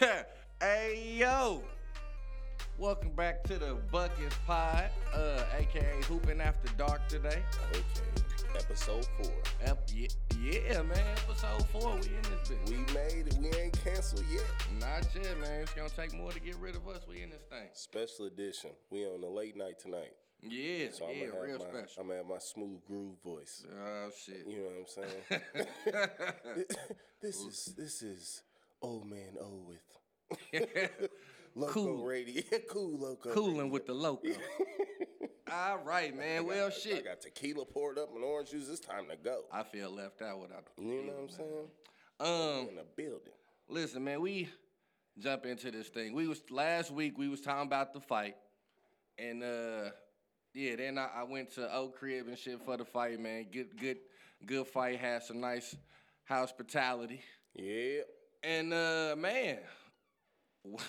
hey yo, welcome back to the Buckets Pod, uh, aka Hooping After Dark today. Okay, episode four. Ep- ye- yeah, man, episode four, we in this bitch. We made it. We ain't canceled yet. Not yet, man. It's gonna take more to get rid of us. We in this thing. Special edition. We on the late night tonight. Yeah, So I'm yeah, gonna have real my, special. I'm gonna have my smooth groove voice. oh shit. You know what I'm saying? this is this is old man O with loco Cool. radio. cool loco. Cooling with the loco. All right, man. Well, radio. shit. I got tequila poured up and orange juice. It's time to go. I feel left out without. the You know tequila, what I'm man. saying? Um, In the building. Listen, man, we jump into this thing. We was last week we was talking about the fight, and uh, yeah, then I, I went to Oak Crib and shit for the fight, man. Good, good, good fight. Had some nice hospitality, Yeah. and uh, man,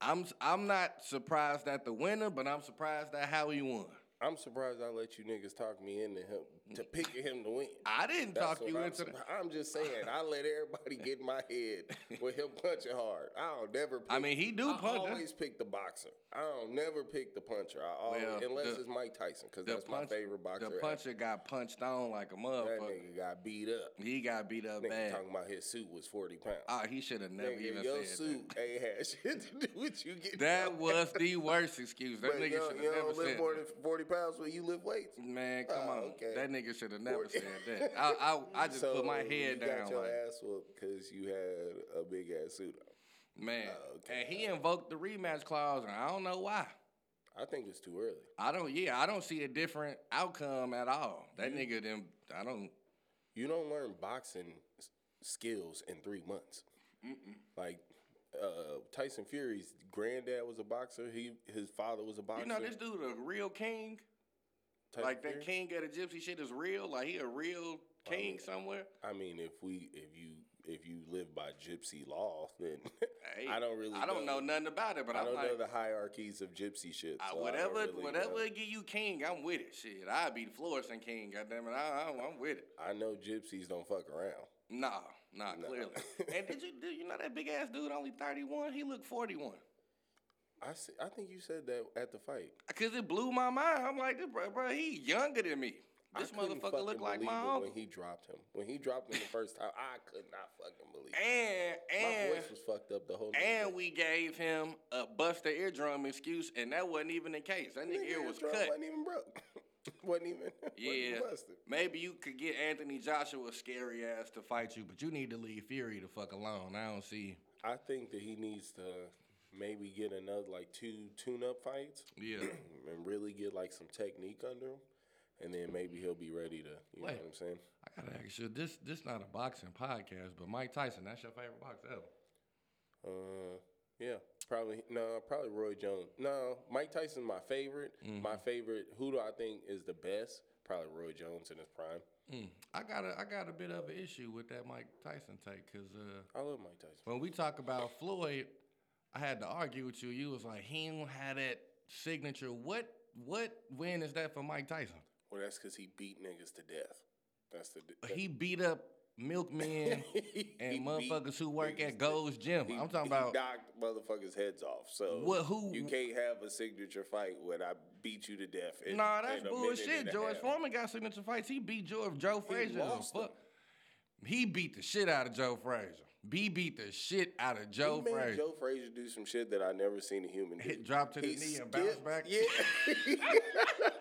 I'm I'm not surprised at the winner, but I'm surprised at how he won. I'm surprised I let you niggas talk me into him to picking him to win. I didn't That's talk what you I'm, into. that. surpri- I'm just saying, I let everybody get in my head with him punching hard. I'll never. Pick, I mean, he do I punch. huh? always pick the boxer. I don't never pick the puncher. I always, Well, unless the- it's Mike Tyson, because the that's punch- my favorite boxer. The ever. puncher got punched on like a that motherfucker. nigga got beat up. He got beat up Nigga bad. talking about his suit was forty pounds. Oh, he should have never nigga, even your said suit ain't had shit to do with you that. getting That up. was the worst excuse. That But nigga you don't- should you have don't never lift said more that. than forty pounds when you lift weights. Man, come Oh, on. okay. That nigga should have never Forty- said that. I I, I just put my head you down. Got your like, ass whooped because you had a big ass suit. on. man. Oh, okay. And he invoked the rematch clause, and I don't know why. I think it's too early. I don't. Yeah, I don't see a different outcome at all. That nigga, then I don't. You don't learn boxing s- skills in three months. Like uh, Tyson Fury's granddad was a boxer. He his father was a boxer. You know, this dude a real king. Tyson like that Fury? king of the gypsy shit is real. Like he a real king somewhere. I mean, if we if you if you live by gypsy law, then Hey, I don't really. I don't know, nothing about it, but I am don't like, know the hierarchies of gypsy shit. I, so I don't whatever, really uh, whatever know. it give you king, I'm with it. Shit, I be the Florissant king. Goddamn it, I, I, I'm with it. I know gypsies don't fuck around. Nah, nah, Nah. clearly. and did you do you know that big ass dude only 31? He looked 41. I see, I think you said that at the fight. Cause it blew my mind. I'm like, bro, bro he younger than me. I This couldn't motherfucker fucking look like believe my it uncle. when he dropped him. When he dropped him the first time, I could not fucking believe. it. and My and voice was fucked up the whole and we gave him a bust the eardrum excuse, and that wasn't even the case. That nigga ear was cut. Wasn't even broke. wasn't even. Yeah. Wasn't busted. Maybe you could get Anthony Joshua scary ass to fight you, but you need to leave Fury the fuck alone. I don't see. I think that he needs to maybe get another like two tune-up fights Yeah. and really get like some technique under him, and then maybe he'll be ready to. You know Wait. what I'm saying? I gotta ask you this. This not a boxing podcast, but Mike Tyson. That's your favorite boxer ever. Uh, yeah, probably no, probably Roy Jones. No, Mike Tyson's my favorite. Mm-hmm. My favorite. Who do I think is the best? Probably Roy Jones in his prime. Mm. I got a I got a bit of an issue with that Mike Tyson take because uh, I love Mike Tyson. when we talk about Floyd, I had to argue with you. You was like he don't have that signature. What what win is that for Mike Tyson? Well, that's because he beat niggas to death. That's the. He beat up milkmen he and beat motherfuckers who work niggas at Gold's Gym. He- I'm talking he about knocked motherfuckers' heads off. So What- who- you can't have a signature fight when I beat you to death. in- Nah, that's in a minute and bullshit. a George half. Foreman got signature fights. He beat George Joe Frazier. the lost fuck. He beat the shit out of Joe Frazier. B beat the shit out of Joe He made Frazier. Joe Frazier do some shit that I never seen a human do. Hit drop to the He knee and bounce skipped- back. Yeah. that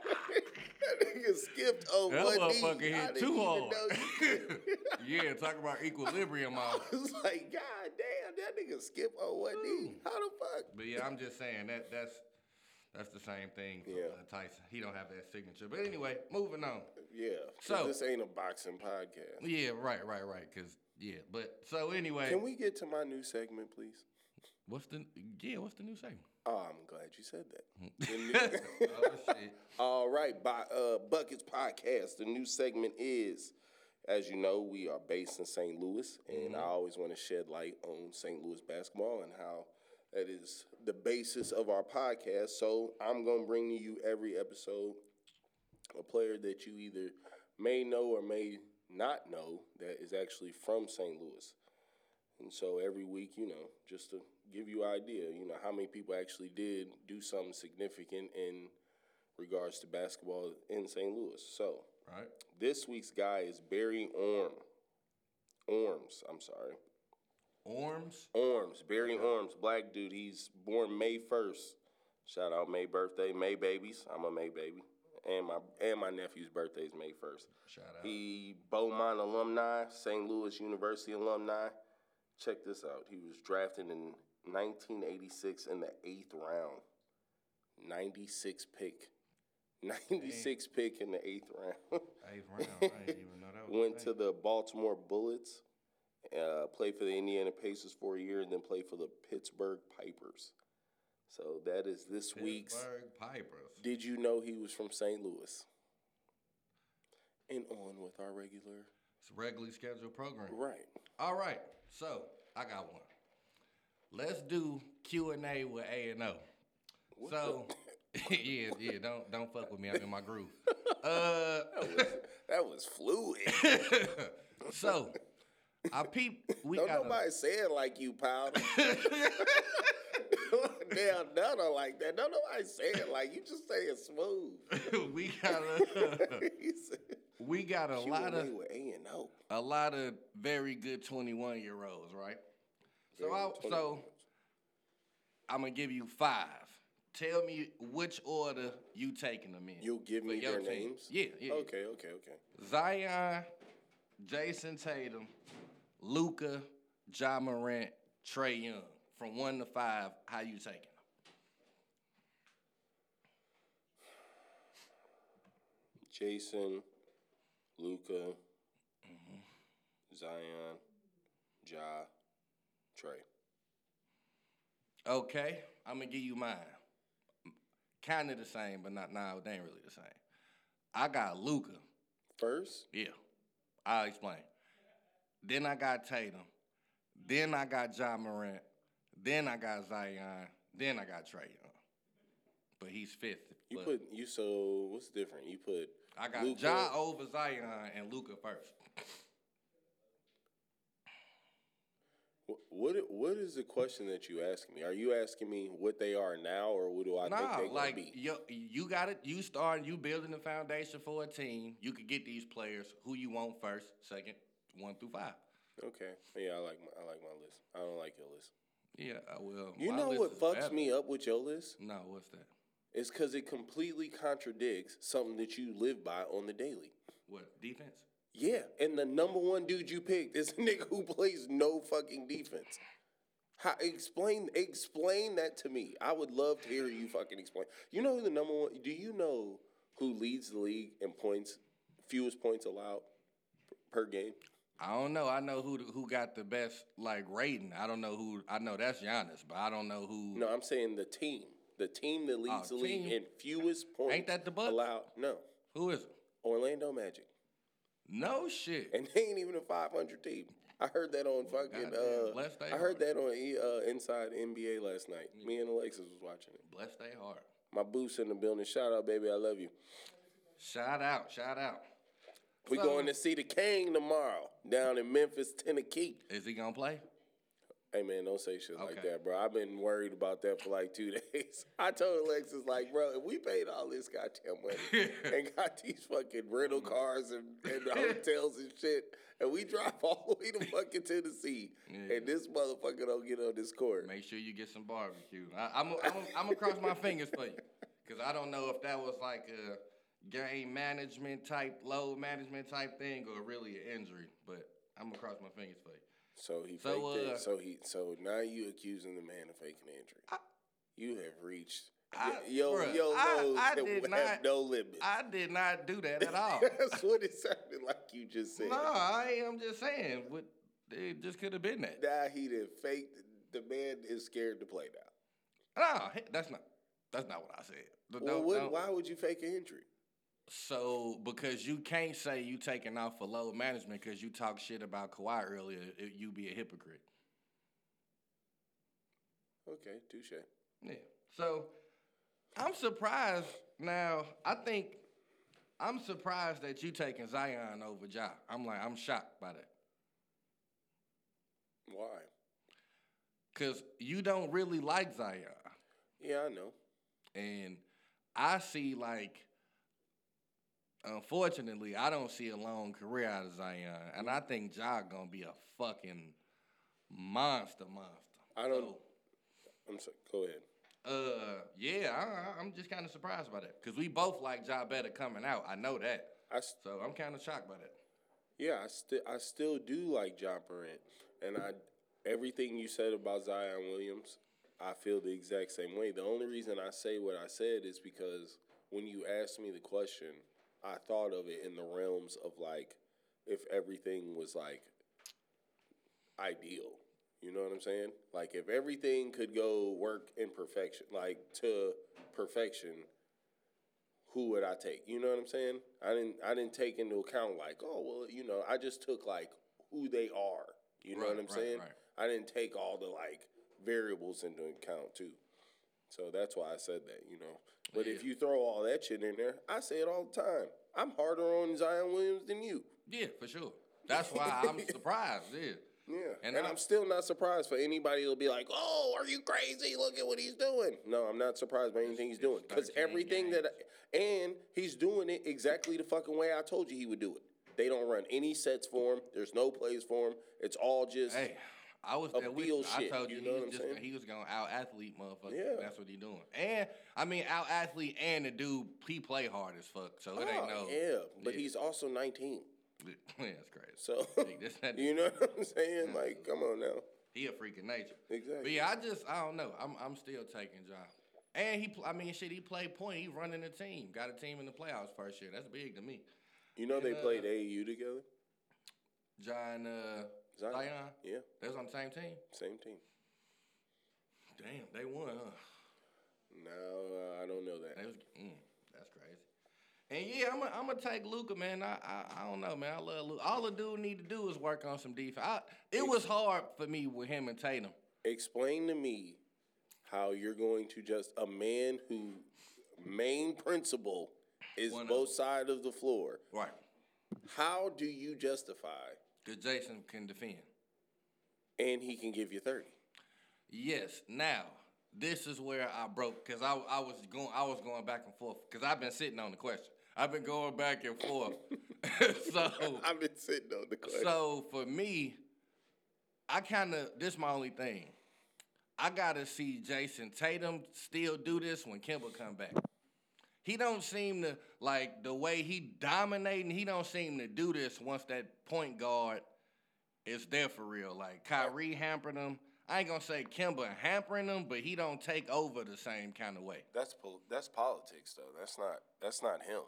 nigga skipped on That one knee. motherfucker hit I didn't too even hard. know you could. yeah, talk about equilibrium. all. I was like, God damn, that nigga skipped on one knee. How the fuck? But yeah, I'm just saying that that's That's the same thing for Yeah. uh, Tyson. He don't have that signature. But anyway, moving on. Yeah. 'cause So- this ain't a boxing podcast. Yeah, right, right, right. Cause yeah, but so anyway, Can we get to my new segment, please? what's the yeah? What's the new segment? Oh, I'm glad you said that. The new- oh shit. All right, by uh, Buckets Podcast. The new segment is, as you know, we are based in St. Louis, and I always want to shed light on St. Louis basketball and how that is the basis of our podcast. So I'm gonna bring to you every episode a player that you either may know or may not know that is actually from St. Louis. And so every week, you know, just to give you an idea, you know, how many people actually did do something significant in regards to basketball in St. Louis. So Right. this week's guy is Barry Orm. Orms, I'm sorry. Orms. Orms, Barry Orms, black dude. He's born May 1st. Shout out May birthday, May babies. I'm a May baby. And my and my nephew's birthday is May 1st. Shout out. He Beaumont alumni, St. Louis University alumni. Check this out. He was drafted in 1986 in the eighth round. 96 pick. 96 pick in the eighth round. Eighth round. I didn't even know that was. a Went thing. to the Baltimore Bullets, uh, played for the Indiana Pacers for a year, and then played for the Pittsburgh Pipers. So that is this week's. Pittsburgh Pipers. Did you know he was from St. Louis? And on with our regular. It's a regularly scheduled program. Right. All right. So I got one. Let's do Q and A with A and O. So yeah, yeah. Don't don't fuck with me. I'm in my groove. Uh, That was, that was fluid. so I peep. We Don't got a- nobody say it like you, Powder. Damn, Donna like that. Don't nobody say it like you. Just say it smooth. we got a he said, we got a lot of Q&A with A and O. a lot of very good 21 year olds, right? So Very I, good 21 so I'm gonna give you five. Tell me which order you taking them in. You'll give for me your their team. names. Yeah, yeah. yeah. Okay, okay, okay. Zion, Jason Tatum, Luca, Ja Morant, Trey Young. From one to five, how you taking them? Jason, Luca, Zion, Ja, Trey. Okay, I'm gonna give you mine. Kind of the same, but not. Nah, they ain't really the same. I got Luca. First, Yeah, I'll explain. Then I got Tatum. Then I got John Morant. Then I got Zion. Then I got Trey Young. But he's fifth. you but put you so what's different? You put I got Luka- Ja over Zion and Luca first. Wh- What what is the question that you asking me? Are you asking me what they are now, or what do I think Nah, they're like gonna be? yo, you got it. You starting. You building the foundation for a team. You could get these players who you want first, second, one through five. Okay, yeah, I like my, I like my list. I don't like your list. Yeah, I will. You my know list what is fucks better. me up with your list No, what's that? is because it completely contradicts something that you live by on the daily. What defense? Yeah, and the number one dude you picked is a nigga who plays no fucking defense. How, explain explain that to me. I would love to hear you fucking explain. You know who the number one? Do you know who leads the league in points, fewest points allowed per game? I don't know. I know who the, who got the best like rating. I don't know who. I know that's Giannis, but I don't know who. No, I'm saying the team, the team that leads Oh, the league team. in fewest points Ain't that the Bucks? allowed. No, Who is it? Orlando Magic, No shit. and they ain't even a 500 team. I heard that on fucking. goddamn, uh, bless they I heard heart. that on E- uh, Inside NBA last night. Me and Alexis was watching it. Bless they heart. My boots in the building. Shout out, baby. I love you. Shout out. Shout out. We So- going to see the King tomorrow down in Memphis, Tennessee. Is he gonna play? Hey man, don't say shit like Okay. that, bro. I've been worried about that for like two days. I told Alexis, like, bro, if we paid all this goddamn money and got these fucking rental cars and, and hotels and shit, and we drive all the way to fucking Tennessee, Yeah. and this motherfucker don't get on this court. Make sure you get some barbecue. I, I'm I'm I'm gonna cross my fingers for you because I don't know if that was like a game management type, low management type thing, or really an injury. But I'm gonna cross my fingers for you. So he So, faked uh, it. So he. So now you accusing the man of faking an injury. you have reached I, Yo, bruh, yo, I, Lowe's I that did have not. no limit. I did not do that at all. That's what it sounded like you just said. no, I am just saying. What it just could have been that. Now he did fake. The man is scared to play now. No, he- that's not. That's not what I said. Don't- Well, don't- what, why would you fake an injury? So because you can't say you taking off for load management because you talk shit about Kawhi earlier, it, you be a hypocrite. Okay, touche. Yeah. So I'm surprised now. I think I'm surprised that you taking Zion over Ja. I'm like I'm shocked by that Why? because you don't really like Zion, Yeah, I know. and I see like. Unfortunately, I don't see a long career out of Zion, and I think Ja gonna be a fucking monster, monster. I don't. So- I'm sorry. Go ahead. Uh, yeah, I, I- I'm just kind of surprised by that because we both like Ja better coming out. I know that, I s- so I'm kind of shocked by that. yeah, I still I still do like John Morant, and I everything you said about Zion Williams, I feel the exact same way. The only reason I say what I said is because when you asked me the question, I thought of it in the realms of like if everything was like ideal. You know what I'm saying? Like if everything could go work in perfection, like to perfection, who would I take? You know what I'm saying? I didn't I didn't take into account like, oh well, you know, I just took like who they are. You know Right, what I'm right, saying? right. I didn't take all the like variables into account too. So that's why I said that, you know. But if you throw all that shit in there, I say it all the time. I'm harder on Zion Williams than you. Yeah, for sure. That's why I'm surprised. Yeah, Yeah. And And, I- I'm still not surprised for anybody that'll be like, oh, are you crazy? Look at what he's doing. No, I'm not surprised by anything he's doing. Because 13 everything that, I, and he's doing it exactly the fucking way I told you he would do it. They don't run any sets for him, there's no plays for him. It's all just, hey, I was there with Appeal you. I shit, told you, you know he, what was I'm just, saying? he was gonna out athlete, motherfucker. Yeah. That's what he doing. And I mean, out athlete and the dude he play hard as fuck. So it ain't oh, no. yeah. But Yeah. he's also 19. yeah, that's crazy. So, that's not- you know what I'm saying? Like, come on now. He a freak of nature. Mm-hmm. But Exactly. yeah, I just I don't know. I'm I'm still taking Ja. And he, pl- I mean, shit, he played point. He running the team, got a team in the playoffs first year. That's big to me. You know they uh, played AAU together? John uh, Zion. Zion. Yeah, that's on the same team. same team. Damn, they won, huh? No, uh, I don't know that. They was, mm, that's crazy. And yeah, I'm gonna I'm gonna take Luca, man. I, I I don't know, man. I love Luca. All the dude need to do is work on some defense. I, it was hard for me with him and Tatum. explain to me how you're going to just a man who main principle is One of both sides of the floor. Right, How do you justify because Jason can defend. and he can give you 30? Yes. Now, this is where I broke because I, I was going I was going back and forth because I've been sitting on the question. I've been going back and forth. so I've been sitting on the question. Oh. so for me, I kind of this my only thing. I gotta see Jason Tatum still do this when Kimba come back. He don't seem to like the way he dominating. He don't seem to do this once that point guard is there for real. Like Kyrie hampering him. I ain't gonna say Kimba hampering him, but he don't take over the same kind of way. that's pol- that's politics though. That's not that's not him.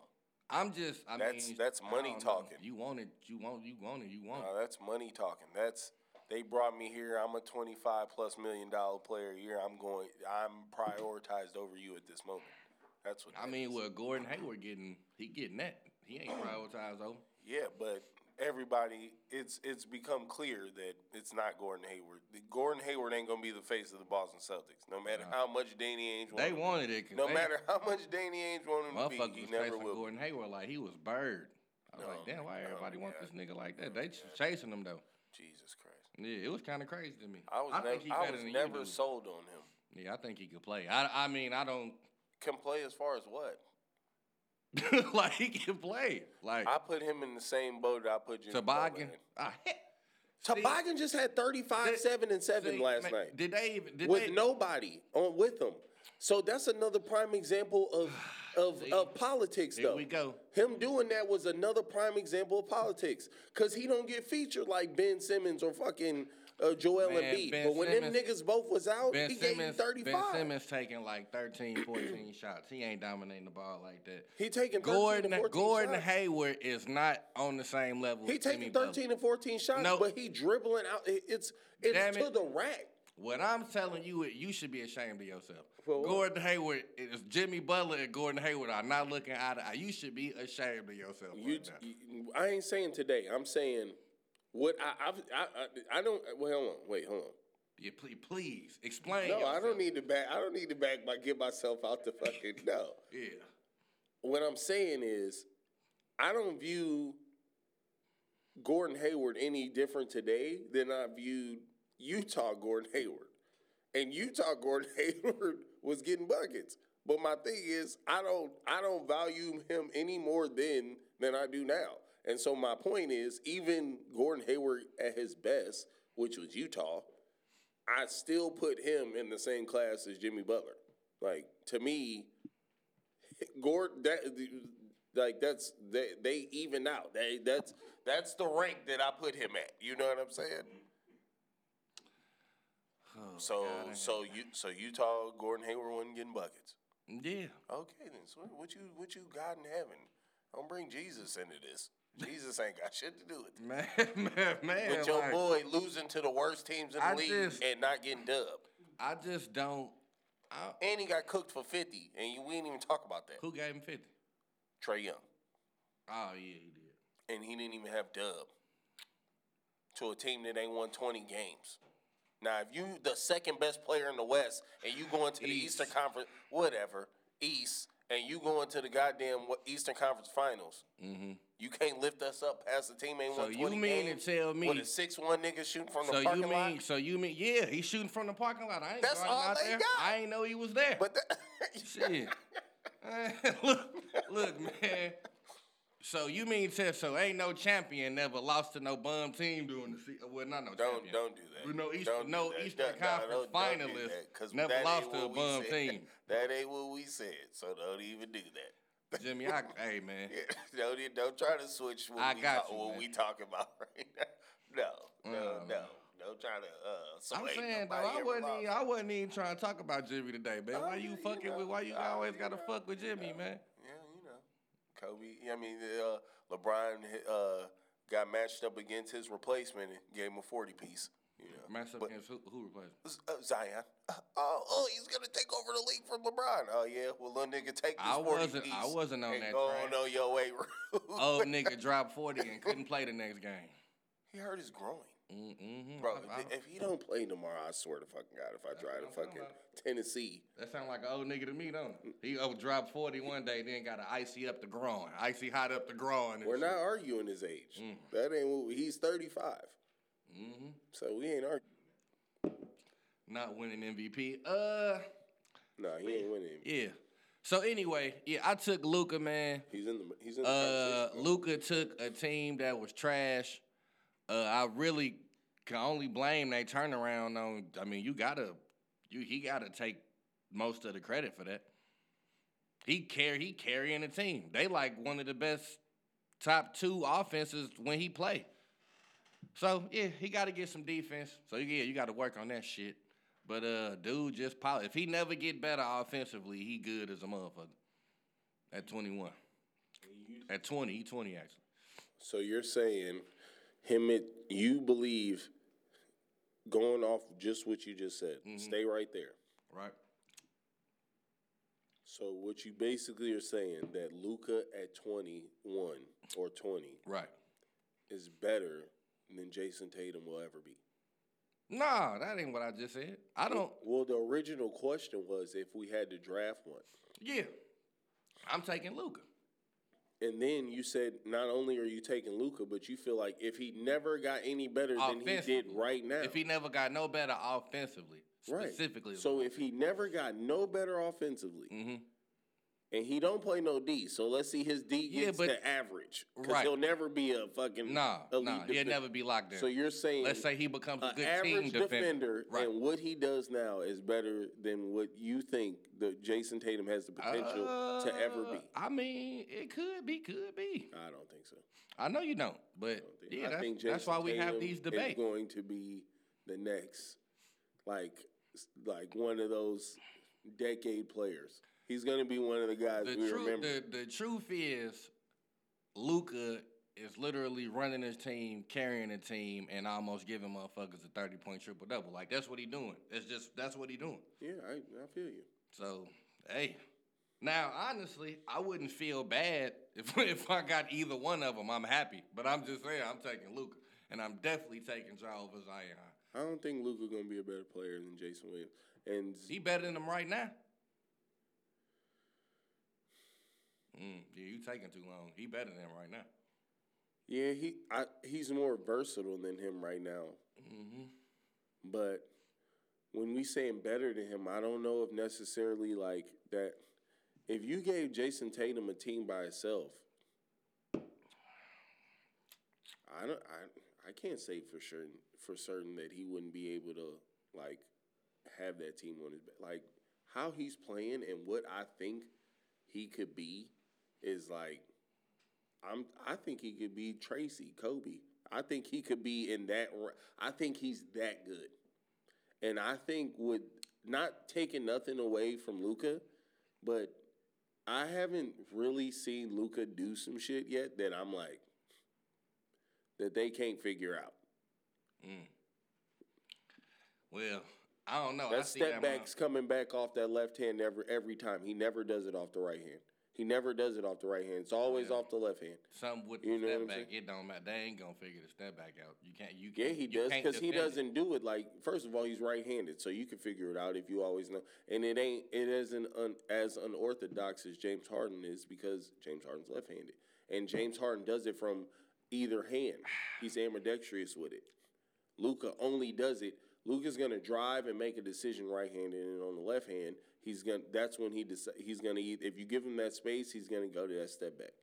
I'm just. I That's- mean, that's I money don't know. talking. You want it. You want. You want it. You want. it. Uh, that's money talking. That's they brought me here. I'm a 25 plus million dollar player a year. I'm going. I'm prioritized over you at this moment. That's what I that mean, is. well, Gordon Hayward getting he getting that. He ain't prioritized over. Yeah, but everybody, it's it's become clear that it's not Gordon Hayward. The- Gordon Hayward ain't gonna be the face of the Boston Celtics, no matter how much Danny Ainge. They want him to be. wanted it. 'cause No they- matter how much Danny Ainge wanted him to motherfuckers be, he was never chasing will. Gordon Hayward like he was bird. I was like, No, damn, why no, everybody want yeah. this nigga like that? They ch- chasing him though. Jesus Christ! Yeah, it was kind of crazy to me. I was think he never, I better was than you, never dude. sold on him. Yeah, I think he could play. I, I mean, I don't Can play as far as what? like he can play. Like I put him in the same boat that I put Jimmy toboggan. Butler Ah, heck. in. Toboggan just had thirty-five, That- seven, and seven See, last man, night. Did they even? Did with they, nobody on with him. So that's another prime example of of, of politics, Here though. we go. Him doing that was another prime example of politics, cause he don't get featured like Ben Simmons or fucking uh, Joel Man, Embiid. Ben but when Simmons- them niggas both was out, Ben he gave you Simmons, Ben 35. Simmons taking like 13, 14 shots. He ain't dominating the ball like that. he taking 13 Gordon and 14 Gordon shots. Hayward is not on the same level. he as Jimmy taking 13 Butler. and 14 shots, Nope. but he dribbling out. it- It's it's Damn to it. the rack. What I'm telling you, is you should be ashamed of yourself. For what? Gordon Hayward is Jimmy Butler and Gordon Hayward are not looking eye to eye. You should be ashamed of yourself. You, right now. you- I ain't saying today. I'm saying what I I've, I I I don't. Wait, hold on. Wait, hold on. Yeah, please, please explain. No, I yourself. don't need to back. I don't need to back my get myself out the fucking no. Yeah, What I'm saying is, I don't view Gordon Hayward any different today than I viewed Utah Gordon Hayward. And Utah Gordon Hayward was getting buckets. But my thing is, I don't I don't value him any more then than I do now. And so my point is, even Gordon Hayward at his best, which was Utah, I still put him in the same class as Jimmy Butler. Like to me, Gordon that like that's they they even out. They that's that's the rank that I put him at. You know what I'm saying? Um, so so you so Utah Gordon Hayward wasn't getting buckets. yeah. Okay then, so what you what you got in heaven? Don't bring Jesus into this. Jesus ain't got shit to do with it. Man, man, man. With your like, boy losing to the worst teams in the I league just- and not getting dubbed. I just don't. I, And he got cooked for 50, and you, we didn't even talk about that. who gave him fifty? Trey Young. Oh yeah, he did. And he didn't even have dub to a team that ain't won 20 games. Now, if you the second best player in the West and you going to the East. Eastern Conference, whatever, East, and you going to the goddamn wa- Eastern Conference Finals, you can't lift us up past the team ain't Mm-hmm. So won you 20 mean to games tell me- with a 6-1 nigga shooting from So the you parking mean? lot? So you mean? Yeah, he's shooting from the parking lot. I ain't That's going all out they there. got. I ain't know he was there. But that, Shit. look, look, man. So you mean to so ain't no champion never lost to no bum team during the season? Well, not no Don't champion. don't do that. With no East, Don't do no that. Eastern Don't- no, Conference don't- don't do finalist that, 'cause never that lost ain't to a what we bum said. team. That ain't what we said. So don't even do that. Jimmy, I, hey man, don't e- don't try to switch what I we got talk, you, what man. we talking about right now. No, no, Um, no. Don't try to I'm uh. sway saying though, nobody I ever wasn't, lost. even, I wasn't even trying to talk about Jimmy today, man. Oh, Why yeah, you you fucking know. with? Why you Oh, always you gotta know. fuck with Jimmy, man? Yeah, you know, Kobe. I mean, uh, LeBron uh, got matched up against his replacement and gave him a forty piece. You know, Match up But- against who, who replaced? him? Z- uh, Zion. Uh, Oh, oh, he's gonna take over the league from LeBron. Oh yeah, well, little nigga, take this I 40 wasn't- I piece wasn't on and that Go train. Oh. on on your way. Old nigga dropped forty and couldn't play the next game. he hurt his groin, Mm-hmm. bro. if- if he don't play tomorrow, I swear to fucking God, if I try to what I'm talking fucking Tennessee, That sound like an old nigga to me, don't it? He oh, dropped 40 one day, then got an icy up the groin, icy hot up the groin. we're not arguing his age. Mm. That ain't. What, we- he's thirty five, mm-hmm. so we ain't arguing. not winning MVP. Uh, Nah, he ain't winning. yeah. So anyway, yeah, I took Luca, man. He's in the. He's in the. Uh, conversation. Luca took a team that was trash. Uh, I really can only blame they turnaround on. I mean, you gotta, you he gotta take most of the credit for that. He care he carrying the team. They like one of the best top two offenses when he play. So yeah, he got to get some defense. So yeah, you got to work on that shit. But uh, dude, just poly. If he never get better offensively, he good as a motherfucker. At twenty one. At 20, he 20 actually. So you're saying him at you believe going off just what you just said. Mm-hmm. Stay right there. Right. So what you basically are saying that Luca at 21 or 20 Right. is better than Jason Tatum will ever be. Nah, that ain't what I just said. I don't. Well, the original question was if we had to draft one. Yeah. I'm taking Luca. And then you said not only are you taking Luca, but you feel like if he never got any better than he did Offensively. right now. If he never got no better offensively, right. specifically. So if he never got no better offensively, Mhm. and he don't play no D, so let's see his D Yeah, gets but- to average. Because Right. he'll never be a fucking nah, elite nah, he'll defender. never be locked down. So you're saying Let's say he becomes a an good team average defender. defender, right. and what he does now is better than what you think the Jason Tatum has the potential to ever Uh, be. I mean, it could be, could be. I don't think so. I know you don't, but I think- yeah, I that's, think that's Jason why we have Tatum these is debates. going to be the next, like, like one of those decade players. He's going to be one of the guys The we truth, remember. the, the truth is, Luca is literally running his team, carrying a team, and almost giving motherfuckers a thirty point triple double. Like that's what he doing. That's just that's what he doing. yeah, I, I feel you. So hey, now honestly, I wouldn't feel bad if if I got either one of them. I'm happy, but I'm just saying I'm taking Luca, and I'm definitely taking Joel over Zion. I don't think Luca going to be a better player than Jason Williams. And He better than him right now. Mm, yeah, you taking too long. He better than him right now. yeah, he I, he's more versatile than him right now. hmm But when we saying better than him, I don't know if necessarily like that. If you gave Jason Tatum a team by itself, I don't. I I can't say for sure for certain that he wouldn't be able to like have that team on his back. Like how he's playing and what I think he could be is like I'm I think he could be Tracy Kobe. I think he could be in that ra- I think he's that good. And I think with not taking nothing away from Luca, but I haven't really seen Luca do some shit yet that I'm like that they can't figure out. Mm. Well, I don't know. I that see step that back's back. coming back off that left hand every every time. He never does it off the right hand. He never does it off the right hand. It's always Yeah. off the left hand. Something with you the know what step I'm back, saying? it don't matter. They ain't gonna figure the step back out. You can't. You Yeah, can't- he you does can't because he defend it. doesn't do it like. First of all, he's right-handed, so you can figure it out if you always know. And it ain't it isn't un, as unorthodox as James Harden is because James Harden's left-handed, and James Harden does it from either hand. He's ambidextrous with it. Luca only does it. Luca's gonna drive and make a decision right-handed, and on the left hand, he's gonna. That's when he deci- he's gonna. eat- If you give him that space, he's gonna go to that step back.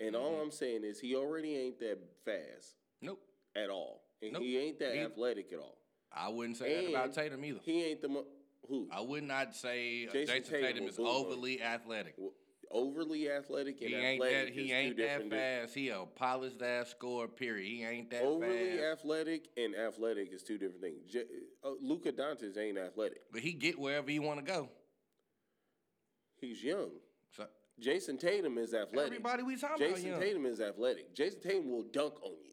And Mm-hmm. all I'm saying is he already ain't that fast Nope. at all, and Nope. he ain't that He- athletic at all. I wouldn't say that about And Tatum either. He ain't the mo- who I would not say uh, Jason Jason, Tatum Tatum, will is boom on you. overly athletic. W- overly athletic and He ain't athletic. that. is He two ain't that different di- fast. He a polished ass scorer. Period. He ain't that Overly fast. athletic and athletic is two different things. J- uh, Luka Doncic ain't athletic. but he get wherever he want to go. He's young. So Jason Tatum is athletic. everybody we talking Jason about, young. Tatum is athletic. Jason Tatum will dunk on you.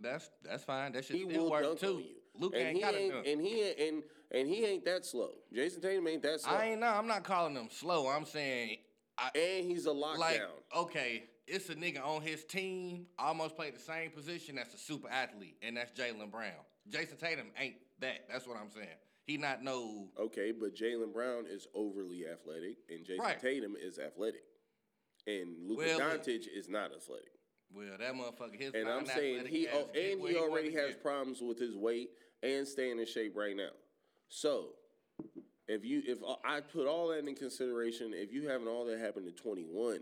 That's that's fine. That should He still will work dunk on too. you. Luke and ain't he got a ain't, dunk. and he ain't, and and he ain't that slow. Jason Tatum ain't that slow. I ain't know. I'm not calling him slow. I'm saying and he's a lockdown. like okay, it's a nigga on his team almost played the same position. That's a super athlete, and that's Jalen Brown. Jason Tatum ain't that. That's what I'm saying. He not no. Okay, but Jalen Brown is overly athletic, and Jason Right. Tatum is athletic, and Luka Well, but- Doncic is not athletic. Well, that motherfucker. His And I'm saying non-athletic he ass oh, get and where he wanna already has get. problems with his weight and staying in shape right now. So if you if I put all that in consideration, if you having all that happen at 21,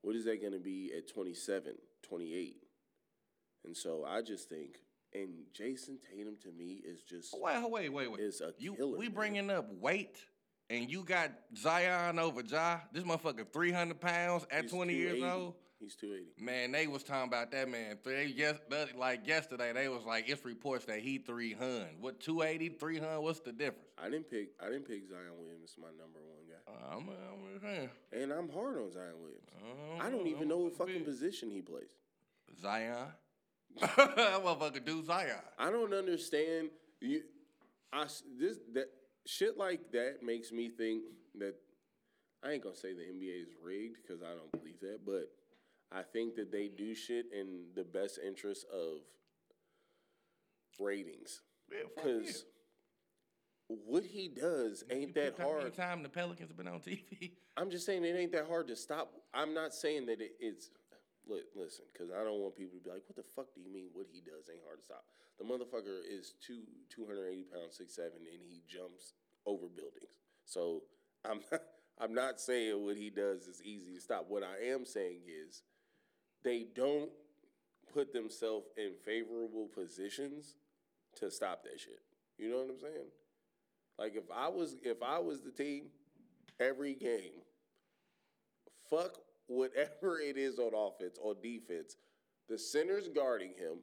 what is that going to be at 27, 28? And so I just think, and Jason Tatum to me is just Wait, wait, wait, wait. is a you, killer. we man. bringing up weight, and you got Zion over Ja. This motherfucker 300 pounds at He's 20 years 280. old. He's 280. Man, they was talking about that man. They yes, that- like yesterday, they was like, it's reports that he 300. What, 280, 300? What's the difference? I didn't pick. I didn't pick Zion Williams as my number one guy, I'm, I'm just saying. and I'm hard on Zion Williams. Um, I don't even know what fucking big. position he plays. Zion. that motherfucker do Zion. I don't understand you. I s- this that shit like that makes me think that I ain't gonna say the NBA is rigged because I don't believe that, but I think that they do shit in the best interest of ratings Yeah, fuck yeah. because. What he does You ain't pick that up any hard. time the Pelicans have been on TV. I'm just saying it ain't that hard to stop. I'm not saying that it, it's. Li- listen, because I don't want people to be like, "What the fuck do you mean? What he does ain't hard to stop." The motherfucker is two 280 pounds, six seven, and he jumps over buildings. So I'm not, I'm not saying what he does is easy to stop. What I am saying is, they don't put themselves in favorable positions to stop that shit. You know what I'm saying? Like if I was if I was the team, every game, fuck whatever it is on offense or defense, the center's guarding him,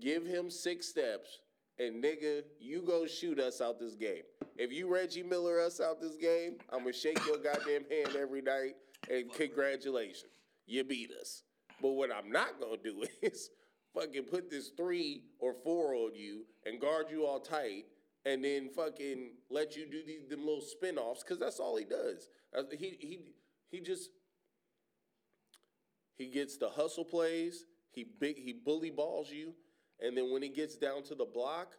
give him six steps, And nigga, you go shoot us out this game. If you Reggie Miller us out this game, I'm gonna shake your goddamn hand every night and congratulations, you beat us. But what I'm not gonna do is fucking put this three or four on you and guard you all tight, and then fucking let you do these them little spin-offs because that's all he does. Uh, He he he just he gets the hustle plays. He big he bully balls you, and then when he gets down to the block,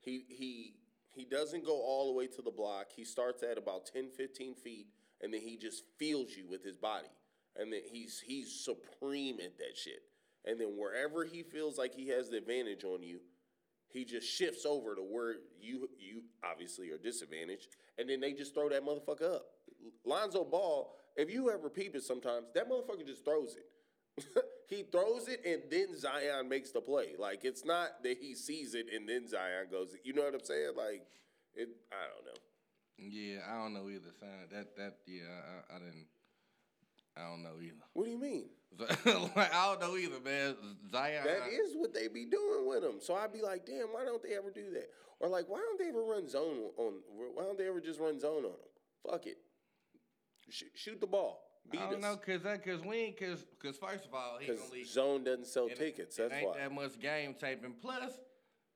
he he he doesn't go all the way to the block. He starts at about 10, 15 feet, and then he just feels you with his body, and then he's he's supreme at that shit. And then wherever he feels like he has the advantage on you, he just shifts over to where you you obviously are disadvantaged, and then they just throw that motherfucker up. Lonzo Ball, if you ever peep it sometimes, that motherfucker just throws it. he throws it and then Zion makes the play. Like it's not that he sees it and then Zion goes. You know what I'm saying? Like it. I don't know. Yeah, I don't know either. Son. That that yeah, I, I- I didn't. I don't know either. What do you mean? like, I don't know either, man. Zion. That is what they be doing with him. So I'd be like, damn, why don't they ever do that? Or like, why don't they ever run zone on? Why don't they ever just run zone on him? Fuck it. Sh- shoot the ball. Beat I don't us. know, cause that, cause we ain't, cause, cause first of all, he Because gonna leave. zone doesn't sell and it- tickets. it That's ain't why. that much game taping. Plus,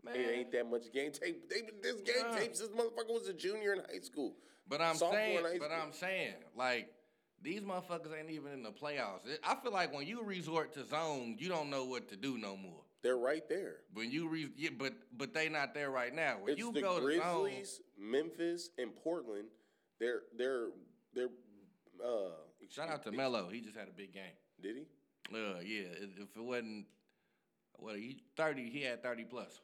man, it ain't that much game tape. They, this game Yeah. tapes. This motherfucker was a junior in high school. But I'm Sophomore saying, in high but school. I'm saying, like these motherfuckers ain't even in the playoffs. It- I feel like when you resort to zone, you don't know what to do no more. They're right there. When you re, yeah, but but they not there right now. When it's you the go to zone, Grizzlies, Memphis, and Portland. They're they're they're. Uh, shout out to excuse- Melo. He just had a big game. Did he? Uh, yeah. i- If it wasn't, well, he thirty. He had thirty plus.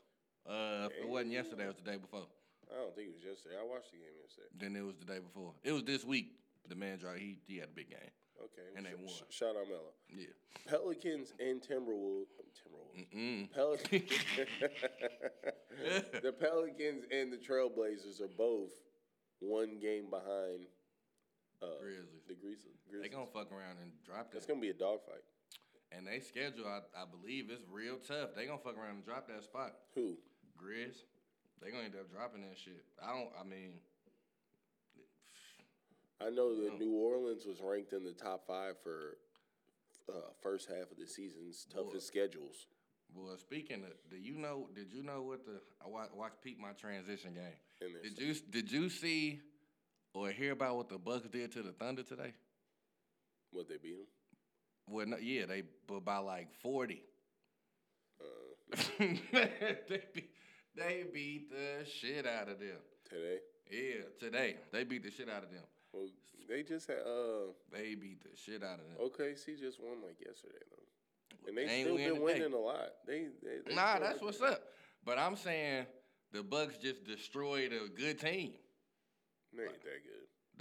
Uh, if it wasn't yesterday, it was the day before. I don't think it was yesterday. I watched the game yesterday. Then it was the day before. It was this week. The man dropped. He he had a big game. Okay. And sh- they sh- won. Shout out Mello. Yeah. Pelicans and Timberwolves. Timberwolves. Mm. Pelicans. the Pelicans and the Trailblazers are both one game behind uh, Grizzlies. the Grizzlies. They Grizzlies. gonna fuck around and drop that. That's gonna be a dogfight. And they schedule, I, I believe, is real tough. They gonna fuck around and drop that spot. Who? Grizz, they gonna end up dropping that shit. I don't. I mean, I know that New Orleans was ranked in the top five for uh, first half of the season's toughest schedules. well, speaking. Of, do you know? Did you know what the? I watch, watch peep my transition game. And there's Did you Did you see or hear about what the Bucks did to the Thunder today? what they beat them. Well, no, yeah, they but by like forty. Uh, they beat, they beat the shit out of them. today, Yeah, today they beat the shit out of them. well, they just had uh, They beat the shit out of them. OKC just won like yesterday though, and they, They ain't still win been today. winning a lot. They, they, they Nah, still that's winning. what's up. But I'm saying the Bucks just destroyed a good team. They ain't that good.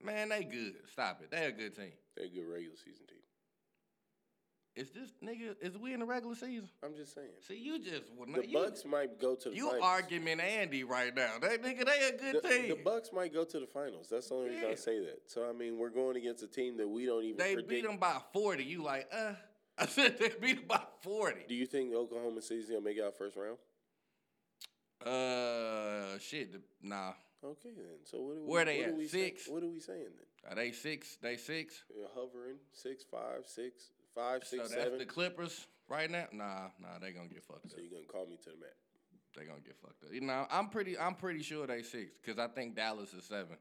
They man, they good. Stop it. They a good team. They're a good regular season team. Is this nigga? Is we in the regular season? I'm just saying. See, you just well, no, The you, Bucks might go to the You finals. argument Andy right now. They nigga, they a the, good team. the Bucks might go to the finals. That's the only reason Yeah. I say that. So I mean, we're going against a team that we don't even. they predict. beat them by forty. You like uh? I said they beat them by forty. Do you think Oklahoma City's gonna make it out first round? Uh, shit. the- Nah, Okay then. So what? Are we, Where they what are at? we say- Six? what are we saying then? are they six? They six. You're hovering six, five, six, five, so six, that's seven. the Clippers right now. Nah, nah, they gonna get fucked up. so you're gonna call me to the mat. they gonna get fucked up. You know, I'm pretty I'm pretty sure they six because I think Dallas is seven,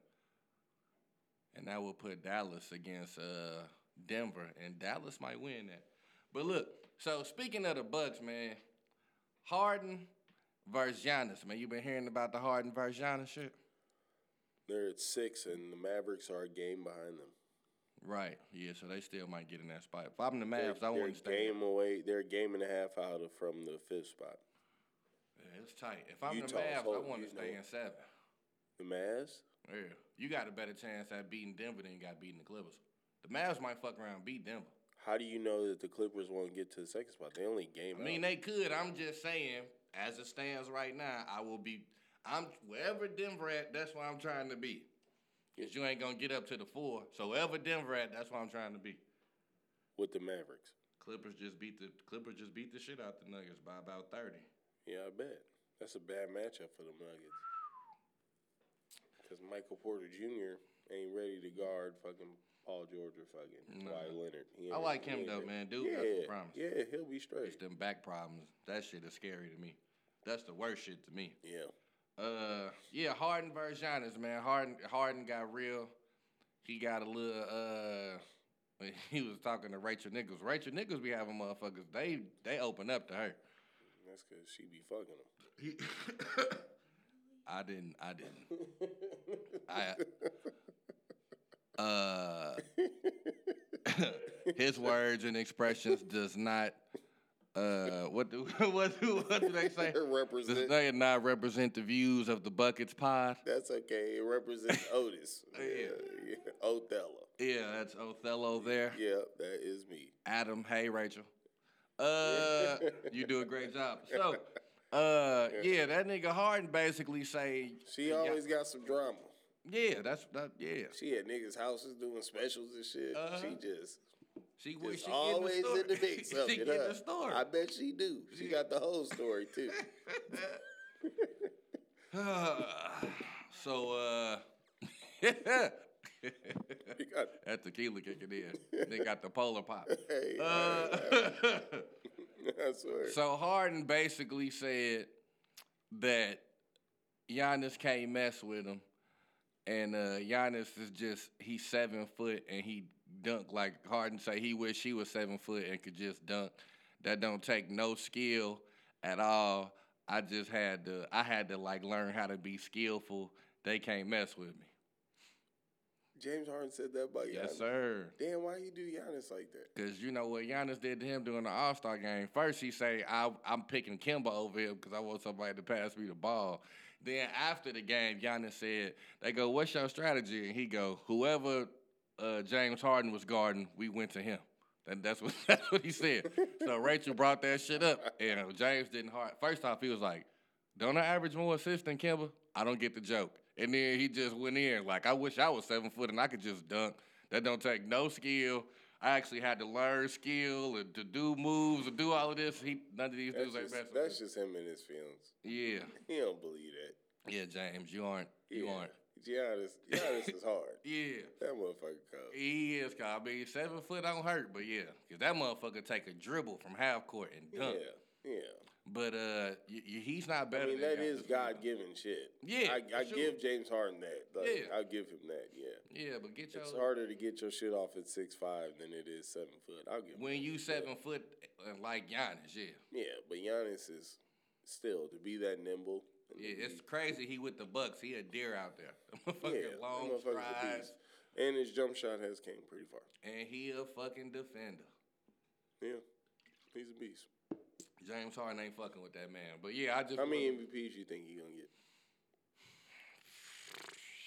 and that will put Dallas against uh Denver, and Dallas might win that. But look, so speaking of the Bucks, man, Harden versus Giannis, man, you been hearing about the Harden versus Giannis shit, They're at six, and the Mavericks are a game behind them. right? Yeah, so they still might get in that spot. If I'm the They're, Mavs, I they're wouldn't stay. game away. They're a game and a half out of from the fifth spot. Yeah, it's tight. If I'm Utah's the Mavs, I holding, want to you stay know. in seven. The Mavs. Yeah, you got a better chance at beating Denver than you got beating the Clippers. The Mavs might fuck around and beat Denver. How do you know that the Clippers won't get to the second spot? They only game. I mean, out. they could. I'm just saying, as it stands right now, I will be. I'm wherever Denver at. That's where I'm trying to be. Cause you ain't gonna get up to the four. So wherever Denver at, that's where I'm trying to be. with the Mavericks. Clippers just beat the Clippers just beat the shit out the Nuggets by about thirty. Yeah, I bet. That's a bad matchup for the Nuggets. Because Michael Porter Jr. ain't ready to guard fucking Paul George or fucking Kawhi Leonard. He I ain't- like he him ain't though, ready. man. Dude, Yeah, that's a promise. yeah, he'll be straight. It's them back problems. That shit is scary to me. That's the worst shit to me. Yeah, Uh, yeah, Harden versus Giannis, man. Harden, Harden got real. He got a little. Uh, when he was talking to Rachel Nichols. Rachel Nichols be having motherfuckers. They they open up to her. that's because she be fucking him. I didn't. I didn't. I. Uh, his words and expressions does not. Uh, what do what do what do they say? Does Represent- they not represent the views of the buckets pod? That's okay. It represents Otis. yeah, yeah. Othello. Yeah, that's Othello there. Yeah, that is me. Adam, hey Rachel. Uh, you do a great job. So, uh, yeah, that nigga Harden basically say, She always got some drama. yeah, that's that, yeah. She at niggas' houses doing specials and shit. Uh-huh. She just, She just was she always in the, story. mix of she it. get huh? the story. I bet she do. She got the whole story too. so, uh, She got, that tequila kicking in. They got the polar pop. hey, Uh, I swear. So Harden basically said that Giannis can't mess with him, and uh, Giannis is just he's seven foot and he dunk like Harden say he wish he was seven foot and could just dunk. That don't take no skill at all. I just had to I had to like learn how to be skillful. They can't mess with me. James Harden said that about Giannis. Yes, sir. Damn, why you do Giannis like that? Cause you know what Giannis did to him during the All Star game. First he say I, I'm picking Kimba over him because I want somebody to pass me the ball. Then after the game, Giannis said they go, "What's your strategy?" And he go, "Whoever uh, James Harden was guarding, we went to him." And that's what that's what he said. so Rachel brought that shit up, and uh, James didn't hard. First off, he was like, "Don't I average more assists than Kimba?" I don't get the joke. And then he just went in like, "I wish I was seven foot and I could just dunk." That don't take no skill. I actually had to learn skill and to do moves and do all of this. He none of these That's dudes ain't just, messing that's with. just him and his feelings. Yeah, He don't believe that. yeah, James, you aren't, you Yeah. aren't. Giannis, Giannis is hard. Yeah, That motherfucker cold. he is. 'cause I mean, seven foot don't hurt, but yeah, cause that motherfucker take a dribble from half court and Yeah, dunk. yeah. But uh, y- y- he's not better. I mean, than that Giannis is Antetokounmpo. God given shit. Yeah, I, I for sure. give James Harden that. Like, Yeah. I'll give him that. Yeah. Yeah, but get your It's harder to get your shit off at six five than it is seven foot. I'll give. him when that. you seven foot uh, like Giannis. Yeah, Yeah, but Giannis is still to be that nimble. and to yeah, be- it's crazy. He with the Bucks. He a deer out there. Mm-hmm. yeah, Motherfucking that long motherfucker's a strides, beast. And his jump shot has came pretty far. and he a fucking defender. Yeah, he's a beast. James Harden ain't fucking with that man. But yeah, I just How many MVPs you think he gonna get?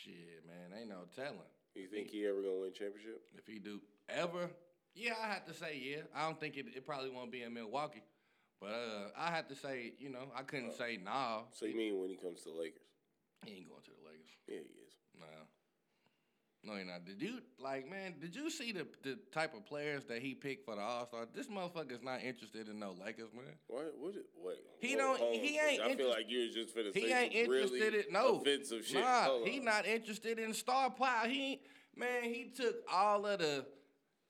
shit, man, ain't no telling You think he ever gonna win championship? if he do ever. Yeah, I have to say yeah. I don't think it, it probably won't be in Milwaukee, but uh, I have to say you know I couldn't say nah. So you mean when he comes to the Lakers? He ain't going to the Lakers. Yeah, he is. Nah. No, he not. Did you like, man? Did you see the the type of players that he picked for the All Star? This motherfucker's not interested in no Lakers, man. What? What? it- What? He Whoa, don't- hold on he a second. ain't I feel interest- like you was just finna He say ain't some really interested in no offensive shit. Nah, Hold he on. not interested in star power. He ain't- man, he took all of the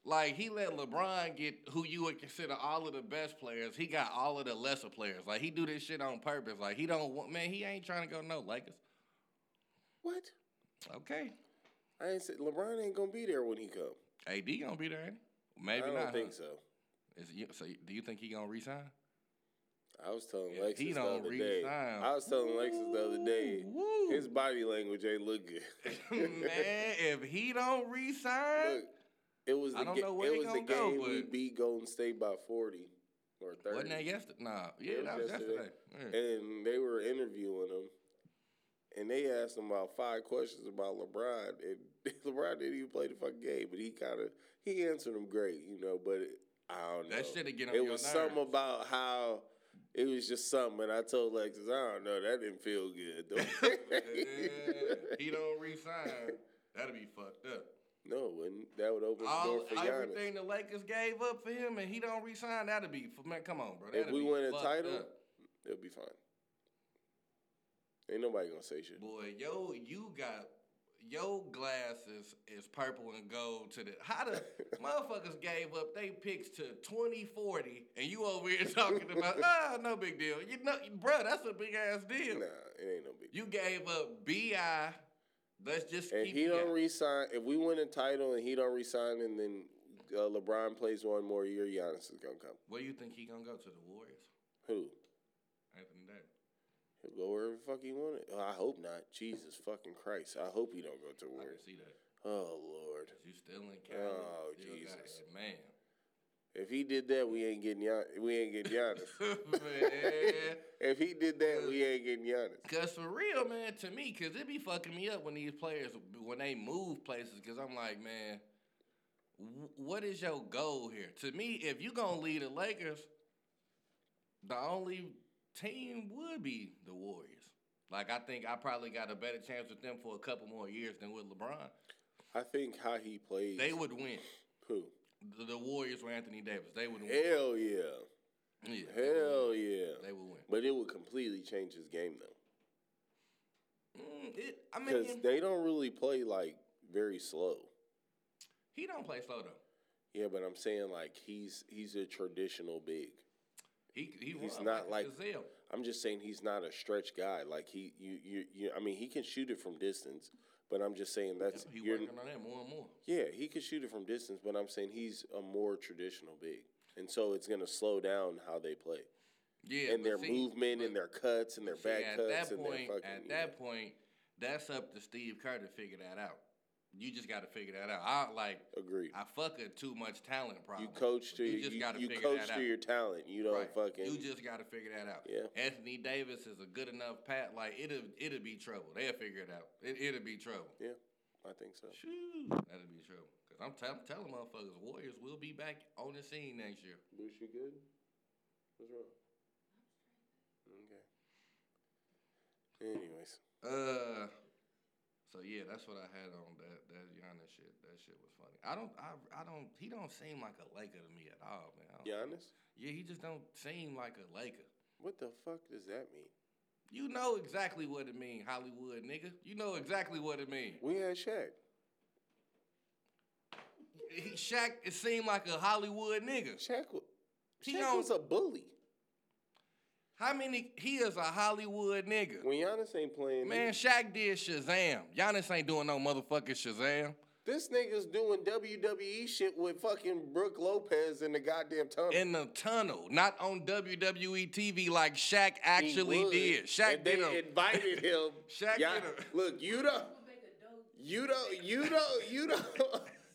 like he let LeBron get who you would consider all of the best players. He got all of the lesser players. Like he do this shit on purpose. Like he don't want man. He ain't trying to go no Lakers. What? Okay, I ain't said LeBron ain't gonna be there when he come. AD gonna be there. Ain't he? Maybe I don't not. huh? think so. Is you, so do you think he gonna resign? I was telling If Lexus he the don't other day. resign. I was telling Lexus the other day. Woo. His body language ain't look good. Man, if he don't resign, Look, it was I the, don't ga- know where it he was the gonna go, game we but- beat Golden State by forty or thirty. wasn't that yesterday? Nah, yeah, It that was yesterday. Yeah. And they were interviewing him, and they asked him about five questions about LeBron, and LeBron didn't even play the fucking game, but he kind of he answered them great, you know. But it, I don't know. That shit'll get on It your was nerves. something about how. It was just something, and I told Lexus, I don't know, that didn't feel good. though. Yeah, he don't resign. That'll be fucked up. no, it wouldn't. That would open the All door for Giannis. everything the Lakers gave up for him, and he don't resign. That'll be man. Come on, bro. If that'd we be win a fucked title, up. it'll be fine. Ain't nobody gonna say shit. Boy, yo, you got your glasses is purple and gold to the how the motherfuckers gave up they picks to 2040 and you over here talking about ah no big deal. You know, bro, that's a big ass deal. Nah, it ain't no big. You gave up Bi. Let's just And keep he it- don't resign. If we win a title and he don't resign, and then uh, LeBron plays one more year, Giannis is gonna come. Where you think he gonna go to the Warriors? Who? Anthony Davis. He'll go wherever the fuck he wanted. Oh, I hope not. Jesus fucking Christ. I hope he don't go to I Warriors. can see that. Oh Lord. You still in Cali. Oh, you still got Jesus. it. man. If he did that, we ain't getting Gian- we ain't getting Giannis. man. if he did that, we ain't getting Giannis. Cause for real, man, to me, cause it be fucking me up when these players when they move places. Cause I'm like, man, wh- what is your goal here? To me, if you gonna lead the Lakers, the only team would be the Warriors. Like I think I probably got a better chance with them for a couple more years than with LeBron. I think how he plays. They would win. Who? The, the Warriors were Anthony Davis. They would win. Hell yeah. Mm-hmm. Yeah, Hell yeah. they would win. But it would completely change his game though. Mm, it, I Because mean, they don't really play like very slow. he don't play slow though. Yeah, but I'm saying like he's he's a traditional big. He, he He's run not a like- gazelle. I'm just saying he's not a stretch guy. Like he you you, you I mean he can shoot it from distance, but I'm just saying that's He you're- working on that more and more. yeah, he can shoot it from distance, but I'm saying he's a more traditional big. And so it's gonna slow down how they play. Yeah, and but their see- movement and but their cuts and their see, back at cuts that and their point, fucking at that point, that's up to Steve Kerr to figure that out. You just got to figure that out. I like agreed. I fuck a too much talent problem. You coach to you you, just you, gotta you figure coach that out. to your talent. You don't Right. fucking You just got to figure that out. Yeah. Anthony Davis is a good enough pat. Like it'll it'll be trouble. They'll figure it out. It, it'll be trouble. Yeah, I think so. Shoo, that'll be trouble. Cause I'm, tell- I'm telling motherfuckers, Warriors will be back on the scene next year. Was she good? What's wrong? Okay. Anyways, Uh, so yeah, that's what I had on that that Giannis shit. That shit was funny. I don't, I, I don't. He don't seem like a Laker to me at all, man. I don't- Giannis, Yeah, he just don't seem like a Laker. what the fuck does that mean? You know exactly what it mean, Hollywood nigga. You know exactly what it mean. We had Shaq. He, Shaq, it seemed like a Hollywood nigga. Shaq, wa- He Shaq don't- was a bully. How many? He is a Hollywood nigga. When Giannis ain't playing, Man, Shaq did Shazam. Giannis ain't doing no motherfucking Shazam. this nigga's doing WWE shit with fucking Brooke Lopez in the goddamn tunnel. in the tunnel, not on WWE TV like Shaq He actually would. did. Shaq and did they a, invited him. Shaq Y'all- did a- Look, you don't. You don't. You don't. You don't.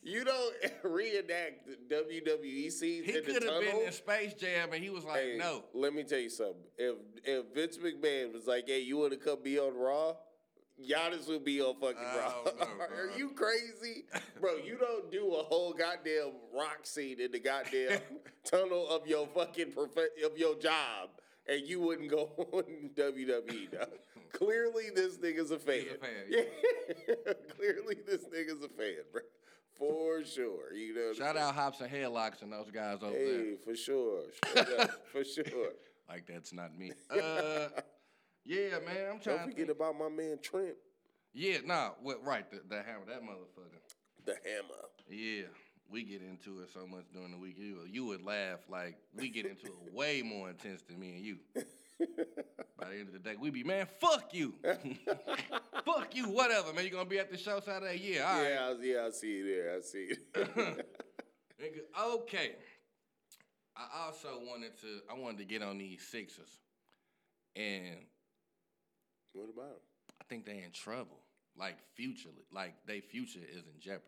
You don't reenact the WWE scenes he in the could tunnel. have been in Space Jam and he was like, Hey, no. Let me tell you something. If if Vince McMahon was like, "Hey, you want to come be on Raw?" Giannis would be on fucking I Raw. don't know, Oh, bro. Are you crazy, bro? You don't do a whole goddamn rock scene in the goddamn tunnel of your fucking prof- of your job, and you wouldn't go on WWE. dog. Clearly, this nigga's a fan. fan, Yeah. Clearly, this nigga's a fan, bro. For sure. You know. what I'm Shout saying? out Hops and Headlocks and those guys over there. Hey, for sure. Straight up, for sure. Like, that's not me. Uh, yeah, man, I'm Don't trying to. forget Think. about my man Trent, Yeah, nah, what, right, the, the hammer, that motherfucker. the hammer. Yeah, we get into it so much during the week. You, you would laugh. Like, we get into it way more intense than me and you. By the end of the day, we be, man, fuck you. fuck you, whatever, man. You gonna be at the show Saturday? Yeah, all right. yeah, I, yeah, I see you there. I see you. there. Nigga, Okay. I also wanted to I wanted to get on these Sixers. And what about him? I think they in trouble. Like future like they future is in jeopardy.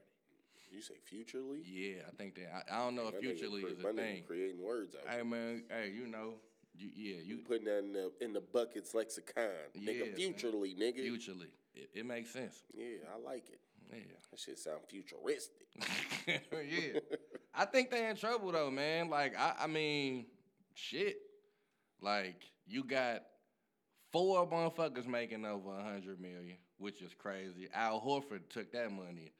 You say futurely? Yeah, I think they I, I don't know if My nigga futurely cre- is my a nigga thing. Creating words out. Hey man, hey, you know, you, yeah, you You putting that in the in the buckets lexicon, Yeah, man. nigga. Futurely, nigga. futurely. It, it makes sense. yeah, I like it. Yeah. That shit sound futuristic. yeah. I think they in trouble though, man. Like I I mean, shit. Like you got four motherfuckers making over a hundred million, which is crazy. Al Horford took that money.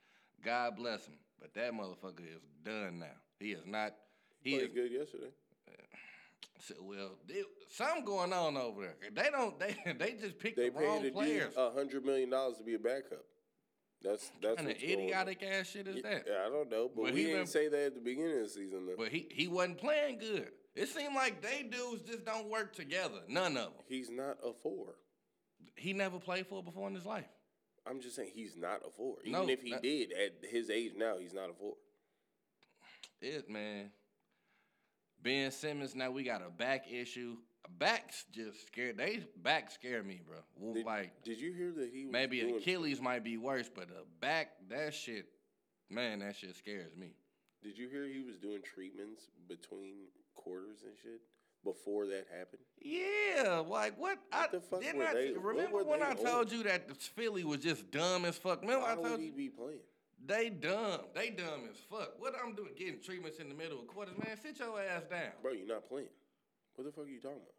God bless him, but that motherfucker is done now. He is not. He Played is good yesterday. said, well, they, something going on over there. They don't. They they just picked They the wrong paid uh, players. a hundred million dollars to be a backup. That's that's Kind of what's going on. idiotic ass shit is that? Yeah, I don't know, but, But we he didn't been- say that at the beginning of the season though. But he he wasn't playing good. It seemed like they dudes just don't work together. None of them. he's not a four. He never played for before in his life. I'm just saying he's not a four. Even No, if he that- did at his age now, he's not a four. It man. Ben Simmons. Now we got a back issue. Backs just scared. They back scare me, bro. Well, Did, Like did you hear that he was maybe doing, Achilles might be worse, but a back that shit, man, that shit scares me. Did you hear he was doing treatments between quarters and shit before that happened? Yeah, like what? I the fuck didn't were I, they- what remember were when they I on? told you that the Philly was just dumb as fuck. Remember Why I told would you he be playing? They dumb. They dumb as fuck. What I'm doing getting treatments in the middle of quarters, man. Sit your ass down. Bro, you're not playing. What the fuck are you talking about?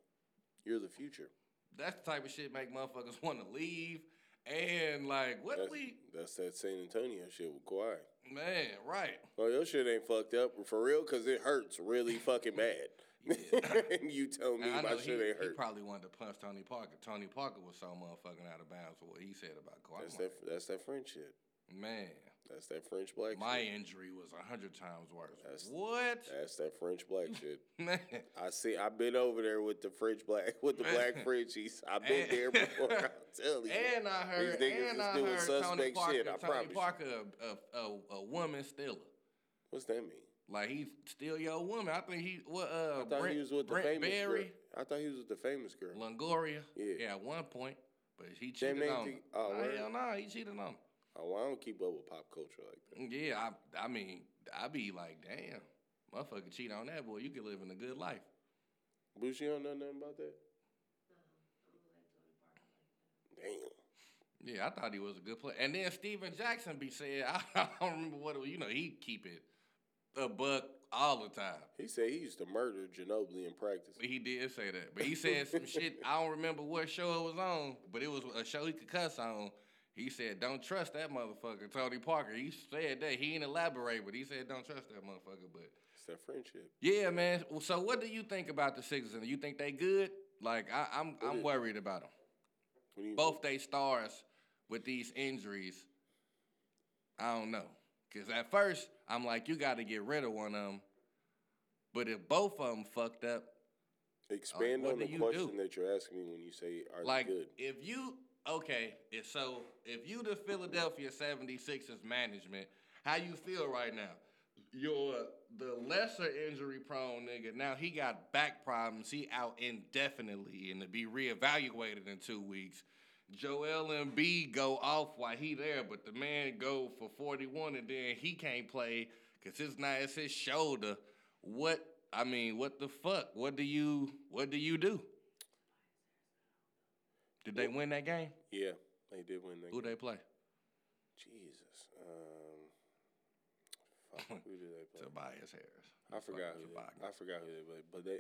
You're the future. That's the type of shit make motherfuckers want to leave. And like, what That's, we that's that San Antonio shit with Kawhi. man, right. Well, your shit ain't fucked up for real because it hurts really fucking bad. and you tell me And I my know shit he, ain't he hurt. probably wanted to punch Tony Parker. Tony Parker was so motherfucking out of bounds with what he said about Kawhi. That's I'm that. That's that French shit. like, man, That's that French black. my shit. injury was a hundred times worse. That's- what? That's that French black shit. Man. I see. I've been over there with the French black, with the black Frenchies. I've been there And- before. I'm telling you. And I heard, These niggas and is I doing heard Tony suspect Parker, shit, I Tony promise you. Parker, a, a, a, a woman stealer. What's that mean? Like he's still your woman. I think he what uh I thought Brent, he was with Brent the famous Berry, girl. I thought he was with the famous girl. Longoria. Yeah. at one point, but he Damn, cheated they on. think- him. oh, Nah, word. hell no, he cheated on. him. Oh, well, I don't keep up with pop culture like that. Yeah, I I mean I be like damn, motherfucker cheat on that boy. You could live in a good life. Bougie don't know nothing about that. Damn. Yeah, I thought he was a good player. And then Steven Jackson be saying I don't remember what it was. You know he keep it a buck all the time. He said he used to murder Ginobili in practice. He did say that, but he said some shit. I don't remember what show it was on, but it was a show he could cuss on. He said, "Don't trust that motherfucker, Tony Parker." He said that he didn't elaborate, but he said, "Don't trust that motherfucker." But It's that friendship. yeah, man. Well, So what do you think about the Sixers? And you think they good? Like I, I'm, I'm worried about them. What do you Both they stars with these injuries. I don't know, cause at first I'm like, you got to get rid of one of them. But if both of them fucked up, Expand what on do the you question do? that you're asking me when you say are Like they good. if you okay, if so if you the Philadelphia 76ers management, how you feel right now? You're the lesser injury prone nigga. Now he got back problems. He out indefinitely and to be reevaluated in two weeks. Joel Embiid go off while he there, but the man go for 41 and then he can't play because it's not it's his shoulder. What I mean, what the fuck? What do you what do you do? Did they win that game? Yeah, they did win that. Who game. they play? Jesus. Um, fuck, who did they play? Tobias Harris. I forgot Fucking who. They, Tobias. I forgot who they played. But they,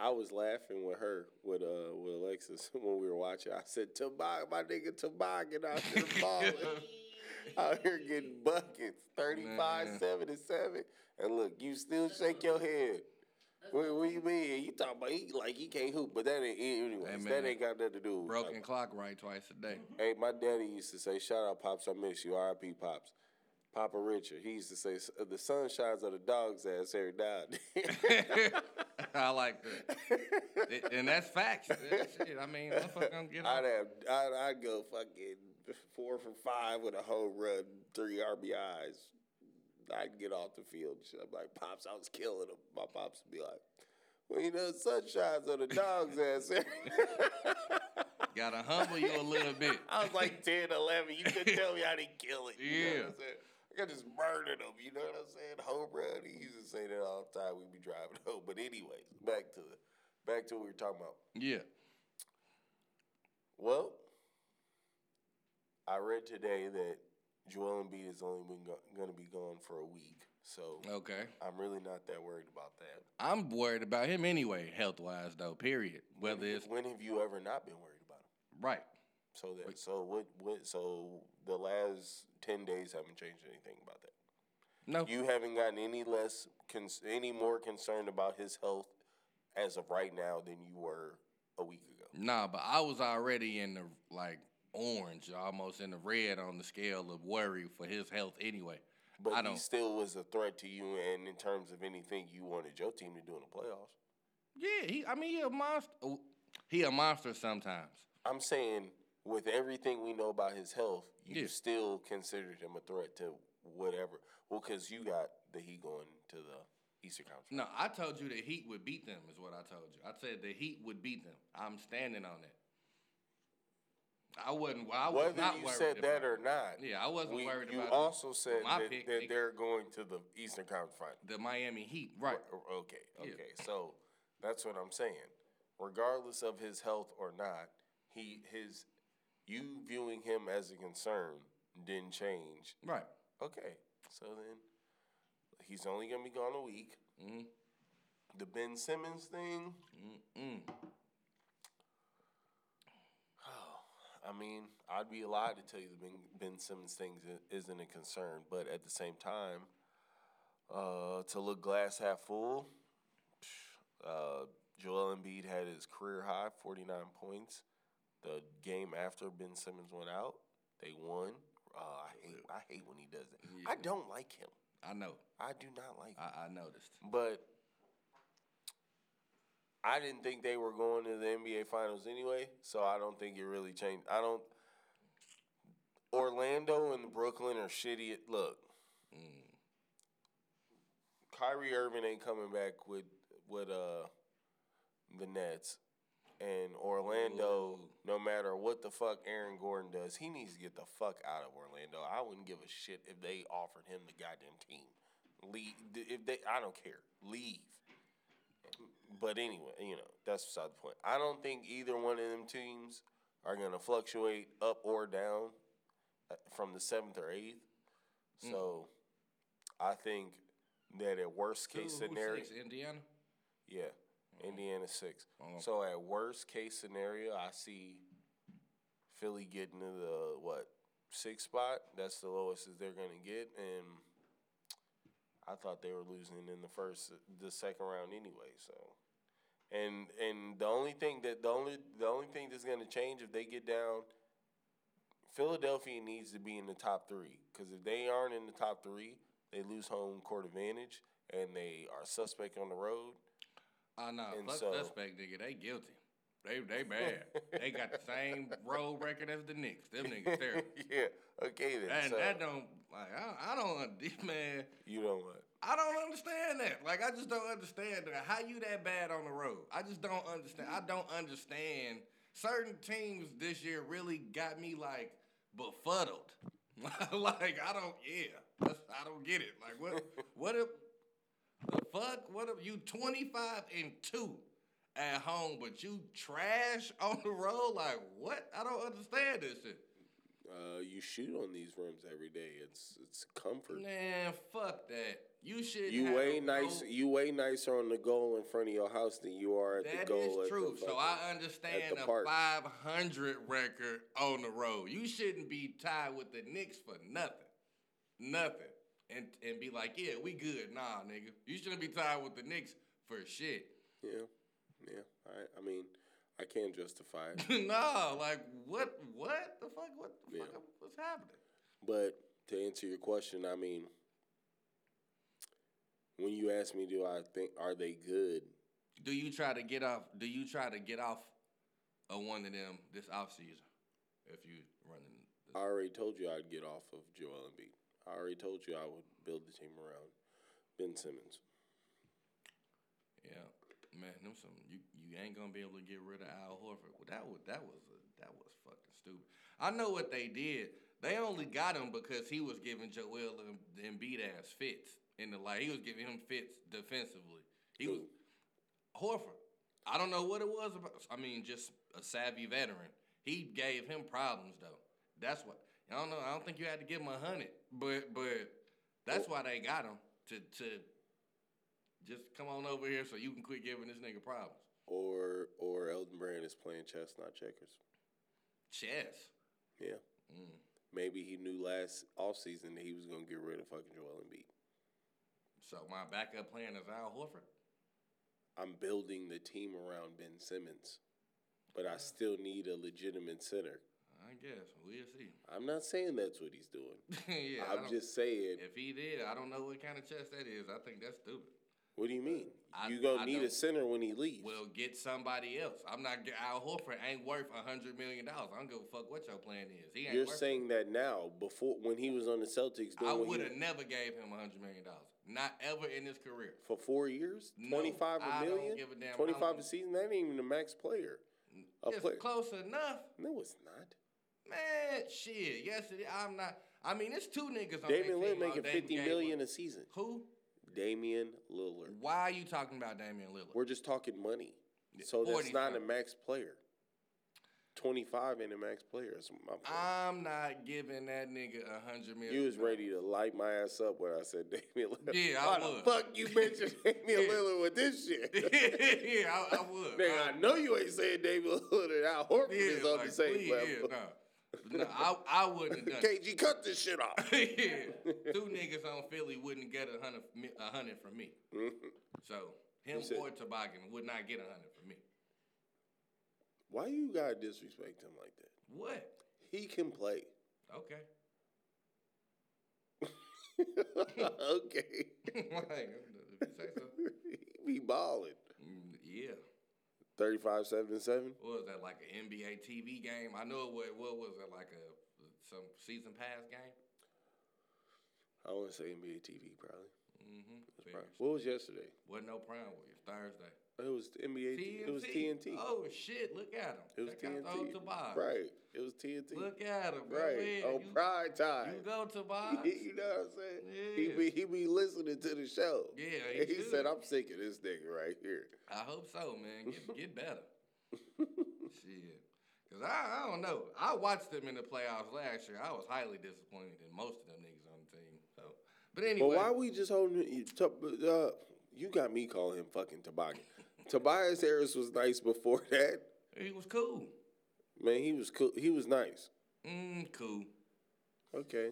I was laughing with her with uh with Alexis when we were watching. I said Tobog, my nigga Tobog, and I said balling. Out here getting buckets, 35, Man. 77. And look, you still shake your head. What, what you mean? You talking about he like he can't hoop, but that ain't it anyways. man. that ain't got nothing to do with Broken clock right twice a day. Hey, my daddy used to say, "Shout out, pops, I miss you." R.I.P. Pops, Papa Richard. He used to say, "S- "The sun shines on the dog's ass every now and then." I like that. It- and that's facts. That shit. I mean, motherfucker gonna get I'd off. have, I'd, I'd go fucking four for five with a home run, three RBIs. I'd get off the field. and shit. I'm like, pops, I was killing him. My pops would be like, "Well, you know, the sun shines on the dog's ass." Gotta humble you a little bit. I was like 10, 11. You couldn't tell me I didn't kill it. You know Yeah. what I'm saying? I could just murdered him. You know what I'm saying? Home run. He used to say that all the time. We'd be driving home. But anyways, back to back to what we were talking about. Yeah. Well, I read today that Joel Embiid is only been go- going to be gone for a week. So Okay. I'm really not that worried about that. I'm worried about him anyway, health wise though. Period. Whether it's when have you ever not been worried about him? right. So that so what what so the last ten days haven't changed anything about that. No. you haven't gotten any less cons- any more concerned about his health as of right now than you were a week ago. Nah, but I was already in the like orange, almost in the red on the scale of worry for his health anyway. But I he don't- still was a threat to you, and in terms of anything you wanted your team to do in the playoffs. Yeah, he. I mean, he a monster. He a monster sometimes. I'm saying with everything we know about his health, you Yeah. still considered him a threat to whatever. Well, because you got the Heat going to the Eastern Conference. No, I told you the Heat would beat them. Is what I told you. I said the Heat would beat them. I'm standing on it. I wasn't. I was Whether not you worried said that about or it. not, Yeah, I wasn't we- worried you about also said my that, pick, that they- they're going to the Eastern Conference Finals. the Miami Heat, right? O- Okay, okay. So that's what I'm saying. Regardless of his health or not, he his you viewing him as a concern didn't change. Right. Okay, so then he's only gonna be gone a week. Mhm. The Ben Simmons thing. Mm. I mean, I'd be a lie to tell you the Ben, ben Simmons thing i- isn't a concern, but at the same time, uh, to look glass half full, uh, Joel Embiid had his career high, 49 points. The game after Ben Simmons went out, they won. Uh, I, hate, I hate when he does that. I don't like him. I know. I do not like him. I, I noticed. But I didn't think they were going to the NBA Finals anyway, so I don't think it really changed. I don't. Orlando and Brooklyn are shitty. At, look, Mm-hmm. Kyrie Irving ain't coming back with with uh the Nets, and Orlando. No matter what the fuck Aaron Gordon does, he needs to get the fuck out of Orlando. I wouldn't give a shit if they offered him the goddamn team. Leave if they. I don't care. Leave. But anyway, you know that's beside the point. I don't think either one of them teams are gonna fluctuate up or down uh, from the seventh or eighth. Mm. So, I think that at worst Who- case who scenario, six, Mm-hmm. Indiana. yeah, Indiana 6 Oh. So at worst case scenario, I see Philly getting to the what sixth spot. That's the lowest that they're gonna get, and I thought they were losing in the first, the second round anyway. So, and and the only thing that the only the only thing that's gonna change if they get down, Philadelphia needs to be in the top three because if they aren't in the top three, they lose home court advantage and they are suspect on the road. I know. And Plus so- suspect nigga, they guilty. They they bad. they got the same road record as the Knicks. Them niggas terrible. yeah. Okay then. And so that don't like I, I don't un- man. you don't want. I don't understand that. Like I just don't understand that. How you that bad on the road? I just don't understand. I don't understand certain teams this year really got me like befuddled. like I don't yeah. That's, I don't get it. Like what what if the fuck? What if you 25 and 2 at home but you trash on the road? Like what? I don't understand this shit. Uh, you shoot on these rims every day. It's it's comfort. Man, fuck that. You should You have way a nice. road- You way nicer on the goal in front of your house than you are at the That goal. is at true. The so fucking- I understand the a park. 500 record on the road. You shouldn't be tied with the Knicks for nothing, nothing, and and be like, yeah, we good. Nah, nigga, you shouldn't be tied with the Knicks for shit. Yeah, yeah. I, I mean, I can't justify it, nah, like what? What the fuck? What the Yeah. fuck? What's happening? but to answer your question, I mean, when you ask me, do I think are they good? Do you try to get off? Do you try to get off of one of them this offseason? If you running, I already told you I'd get off of Joel Embiid. I already told you I would build the team around Ben Simmons. yeah, man, them some you you ain't gonna be able to get rid of Al Horford. Well, that was that was a, that was fucking stupid. I know what they did. They only got him because he was giving Joel and Embiid ass fits in the like he was giving him fits defensively. He was Horford. I don't know what it was about. I mean, just a savvy veteran. He gave him problems though. That's what I don't know. I don't think you had to give him a hundred, but but that's why they got him to to just come on over here so you can quit giving this nigga problems. Or or Elton Brand is playing chess, not checkers. Chess. Yeah. Mm. Maybe he knew last offseason that he was gonna get rid of fucking Joel Embiid. So my backup plan is Al Horford. I'm building the team around Ben Simmons, but I still need a legitimate center. I guess we'll see. I'm not saying that's what he's doing. yeah, I I'm don't- just saying. If he did, I don't know what kind of chess that is. I think that's stupid. What do you mean? I- you gonna I need a don't- center when he leaves? Well, get somebody else. I'm not. get- Al Horford ain't worth a hundred million dollars. I don't give a fuck what your plan is. He ain't You're worth. saying that now. Before when he was on the Celtics, I doing what he- would have never gave him a hundred million dollars. Not ever in his career. for four years, No, twenty five I a don't million, give a damn. twenty I five don't- a season. That ain't even the max player. A It's player. close enough, No, it's not. man. Shit. Yes, it, I'm not. I mean, it's two niggas on that Damian Lillard team, uh, making Dame fifty Gabe- million a season. Who? Damian Lillard. Why are you talking about Damian Lillard? We're just talking money. So that's 40 not a something. max player. Twenty five and a max player. That's my point. I'm not giving that nigga a hundred million. you was ready to light my ass up when I said Damian Lillard. Yeah, I Why was. the fuck you mentioned Damian Yeah. Lillard with this shit? yeah, I, I would. Nigga, I know you ain't saying Damian Lillard. Al Horford is on like, the same please, level. Yeah, no, no I, I wouldn't have done it. KG, cut this shit off. yeah, two niggas on Philly wouldn't get a hundred, mi- a hundred from me. So him said- or Toboggan would not get a hundred from me. Why you gotta disrespect him like that? What? He can play. Okay. okay. like, if you say so. he be balling. Mm, Yeah. 35 7 7. What was that like an NBA TV game? I know it was. What was it like a some season pass game? I want to say NBA TV, probably. Mm-hmm. Right. What was yesterday? Wasn't no prime Warriors Thursday. It was the NBA. T- It was TNT. Oh shit! Look at him. it was TNT. Right. It was TNT. Look at him. right. Oh, On prime time. You go Tobias. you know what I'm saying? Yeah. He, be, he be listening to the show. Yeah, he And he should. said, I'm sick of this nigga right here. I hope so, man. Get, get better. shit. Cause I, I don't know. I watched them in the playoffs last year. I was highly disappointed in most of them niggas on the team. So, but But anyway. why we just holding it- you? to- Uh, you got me calling him fucking Tobias. Tobias Harris was nice before that. He was cool. Man, he was cool. He was nice. Mm, cool. Okay,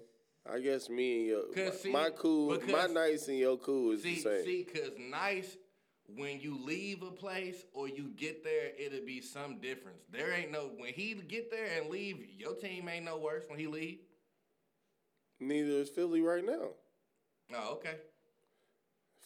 I guess me and your 'Cause my, see- my cool, my because- nice and your cool is See, the same. see, cause nice when you leave a place or you get there, it'll be some difference. There ain't no when he get there and leave, your team ain't no worse when he leave. Neither is Philly right now. Oh, okay,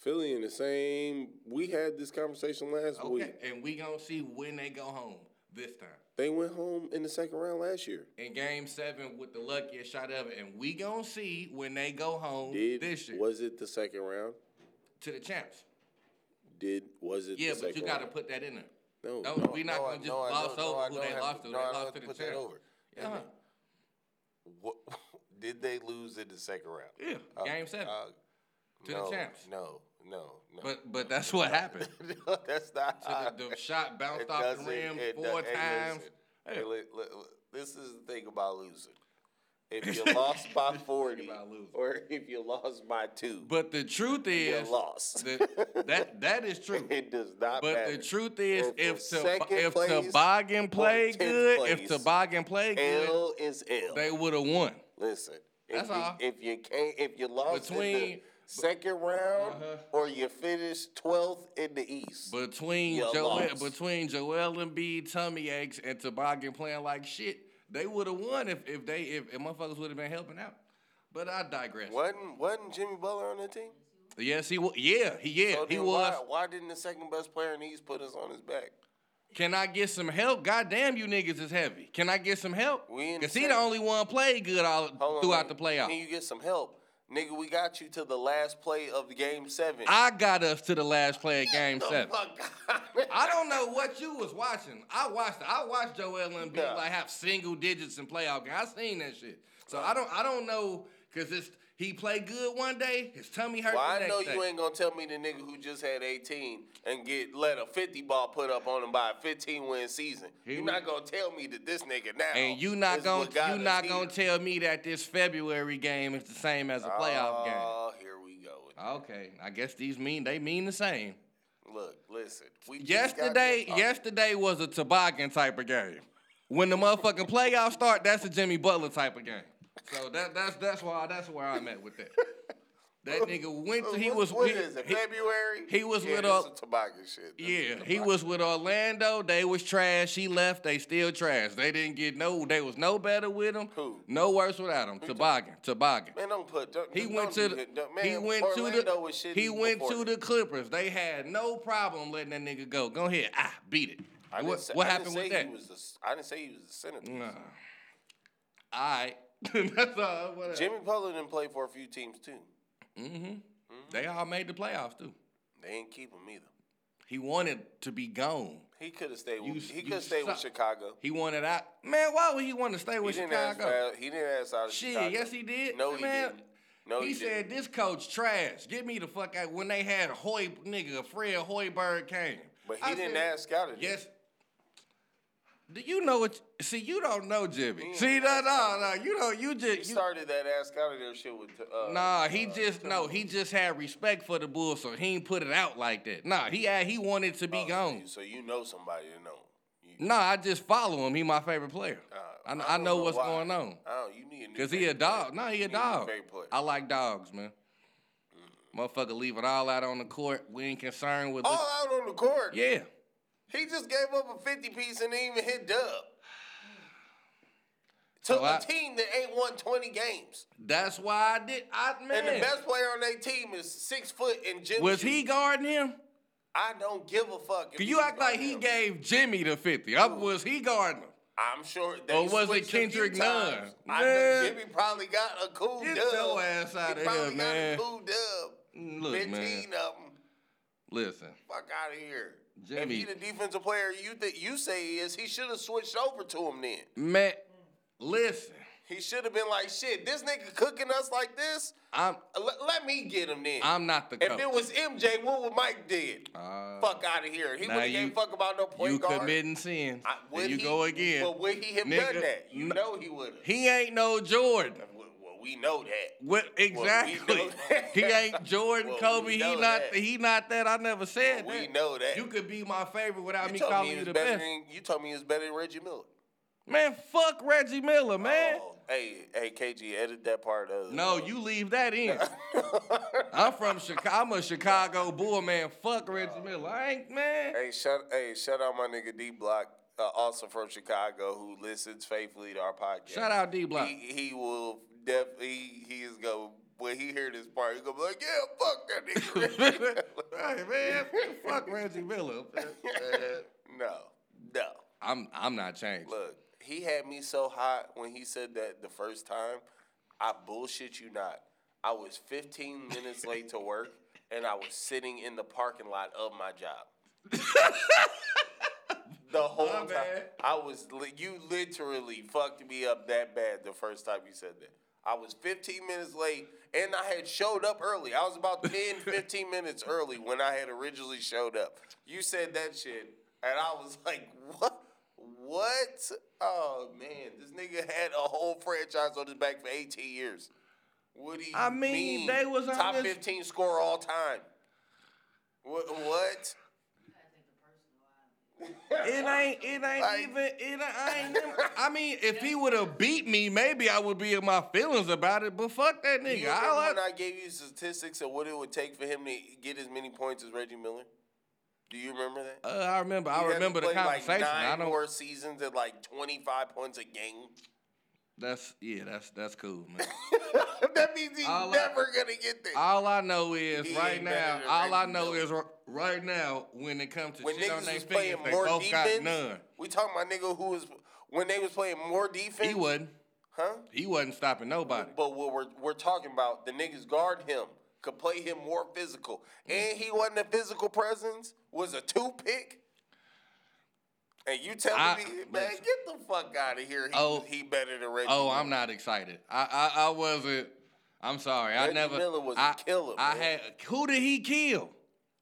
Philly in the same. We had this conversation last okay, week. and we gonna see when they go home this time They went home in the second round last year. in Game Seven with the luckiest shot ever, and we gonna see when they go home Did this year was it the second round? to the champs. Did was it? Yeah, the but second you gotta round? put that in there. No, Don't, no. we not no, I- gonna just no, I gloss don't- no, I over who don't they have lost to- to. they no, I don't lost have to to the put that champs. over. Yeah, What, did they lose in the second round? yeah, Game Seven Uh, to no, the champs. No, no, no. But but that's what happened. no, that's not. how- The, the shot bounced it off the doesn't- rim it four does- hey, times. listen. Hey. Hey, li- li- li- this is the thing about losing. If you lost by forty, about losing. or if you lost by two, But the truth you is, lost. the- that that is true. it does not But matter. the truth is, If if the to, second if place Toboggan or played tenth good, if place, Toboggan played good, L is L. they would have won. Listen, That's if you, all. If you can't, if you lost in Between- the second round, Uh-huh. or you finished twelfth in the East, Between You Joel, lost. between Joel Embiid, tummy aches, and Toboggan playing like shit, they would have won if if they if, if motherfuckers would have been helping out. But I digress. wasn't wasn't Jimmy Butler on that team? Yes, he was. Yeah, he yeah So he then was. Why, why didn't the second best player in the East put us on his back? Can I get some help? Goddamn, you niggas is heavy. Can I get some help? We in Because the he the second. only one played good all Hold on, throughout the wait. Can playoffs. you get some help, nigga? We got you to the last play of the game seven. I got us to the last play of Game The Seven. fuck- I don't know what you was watching. I watched. I watched Joel Embiid Nah. like have single digits in playoff games. I seen that shit. So I don't. I don't know because it's he played good one day. His tummy hurt. Well, the I next know day. you ain't gonna tell me the nigga who just had 18 and get let a 50 ball put up on him by a 15 win season. He You're was- not gonna tell me that this nigga now. And you not is what got gonna you us not here. gonna tell me that this February game is the same as a playoff game. Oh, here we go. Okay, I guess these mean they mean the same. Look, listen. We just Yesterday, got done talking. yesterday was a toboggan type of game. When the motherfucking playoffs start, that's a Jimmy Butler type of game. So that that's that's why that's where I'm at with that. That nigga went. To, he What- was. What he- is it? he- February. he was yeah, with that's a- some tobacco shit. That's yeah, some he tobacco. was with Orlando. They was trash. He left. They still trash. They didn't get no. They was no better with him. Who? No worse without him. Toboggan. Toboggan. Man, don't put. Don't, He don't went to do the, that. Don't- man, he went Orlando to the Was shitty he went before to that. the Clippers. They had no problem letting that nigga go. Go ahead, ah, beat it. I didn't what say- what I didn't happened with say he that? was the s- I didn't say he was the centerpiece. Nah. All right, that's all. Whatever. Jimmy Butler didn't play for a few teams too. They all made the playoffs too. They ain't keep him either. He wanted to be gone. He could have stayed. You- With, he you could have stayed with suck. Chicago. He wanted out. Man, why would he want to stay He with didn't, ask Chicago? for, he didn't ask out of Shit, Chicago. yes he did. No, he Man, didn't. No, he, he said this coach trash. Get me the fuck out. When they had Hoy nigga Fred Hoiberg came, But he I didn't said, ask out of there. Yes. Do you know what? See, you don't know Jimmy. See, no, no, no. You don't. You Mm. He just. You, started that ask out of there shit with. Uh, nah, he uh, just no. He just had respect for the Bulls, so he ain't put it out like that. Nah, he had, he wanted to be oh, so gone. you- So you know somebody to know. You, Nah, I just follow him. He my favorite player. uh, I, kn- don't I, know, what's why. going on. Oh, you need a new Cause he a favorite dog. player. Nah, he You a need dog. favorite player. Mm. I like dogs, man. Motherfucker, leave it all out on the court. We ain't concerned with. All out on the court. yeah, He just gave up a 50 piece and didn't even hit dub. To So a I- team that ain't won 20 games. that's why I did. I man. And the best player on their team is six foot and Jimmy. was he guarding him? I don't give a fuck. if Cause you he's act like guarding he him. gave Jimmy the fifty. I, was he guarding him? I'm sure. They Or was it switched a few Kendrick times. Nunn? I know Man. Jimmy probably got a cool Get dub. your ass outta he probably here, got man. a cool dub. Mm, look, 15 man. of them. Listen, Fuck out of here. Jimmy- If he the defensive player you think you say he is, he should have switched over to him then. man. Listen, He should have been like, shit, this nigga cooking us like this? I'm Let, let me get him then. I'm not the if coach. it was MJ, what would Mike did? Uh, fuck out of here. He now would have you- gave fuck about no point you guard. committing sins. I- There would you he- go again. But would he have done Nigga, that? You no- know he would have. He ain't no Jordan. Well, well, we know that. What exactly? know that. he ain't Jordan Well, Kobe. we He know not. that. He not that. I never said Well, we that. know that. You could be my favorite without You me told calling me he you was the better best. Than, you told me he was better than Reggie Miller. Man, fuck Reggie Miller, man. Oh, hey, hey, KG, edit that part of. uh, No, you leave that in. I'm from Chicago. I'm a Chicago bull, man. Fuck Reggie Miller. I ain't man. Hey, shut. Hey, shout out my nigga D Block, uh, also from Chicago, who listens faithfully to our podcast. Shout out D Block. He, he will def. He he is go when he hear this part. He gonna be like, yeah, fuck that nigga. Reggie Miller." right, man. Fuck Reggie Miller. no, no. I'm I'm not changed. Look, he had me so hot when he said that the first time. I bullshit you not. I was 15 minutes late to work, and I was sitting in the parking lot of my job. the whole My time bad. I was, li- you literally fucked me up that bad the first time you said that. I was 15 minutes late, and I had showed up early. I was about 10, 15 minutes early when I had originally showed up. You said that shit, and I was like, what? What? Oh man, this nigga had a whole franchise on his back for 18 years. What do you I mean, they was on top this- 15 score all time. What? What? It ain't. It ain't Like- even. It ain't, I ain't. even- I mean, if he would have beat me, maybe I would be in my feelings about it. But fuck that Do you nigga. remember I when like, I gave you statistics of what it would take for him to get as many points as Reggie Miller? Do you remember that? uh, I remember. He I had to remember the play, conversation. Like nine I don't. more seasons at like 25 points a game. That's yeah. That's that's cool, man. that means he's All I- never gonna get there. All I know is He right ain't better now. than All I Reggie know Miller. is r- right now when it comes to when shit on niggas their was playing fingers, they more both defense, got none. we talking about nigga who was when they was playing more defense. He wasn't. huh? He wasn't stopping nobody. But what we're we're talking about, the niggas guard him, could play him more physical, Mm-hmm. and he wasn't a physical presence. Was a two pick. And you telling I- me, man, listen. get the fuck out of here. He, Oh. he better than Reggie. Oh, Miller. I'm not excited. I I, I wasn't. I'm sorry. I Reggie never. Miller was a I, killer, I man. had. Who did he kill?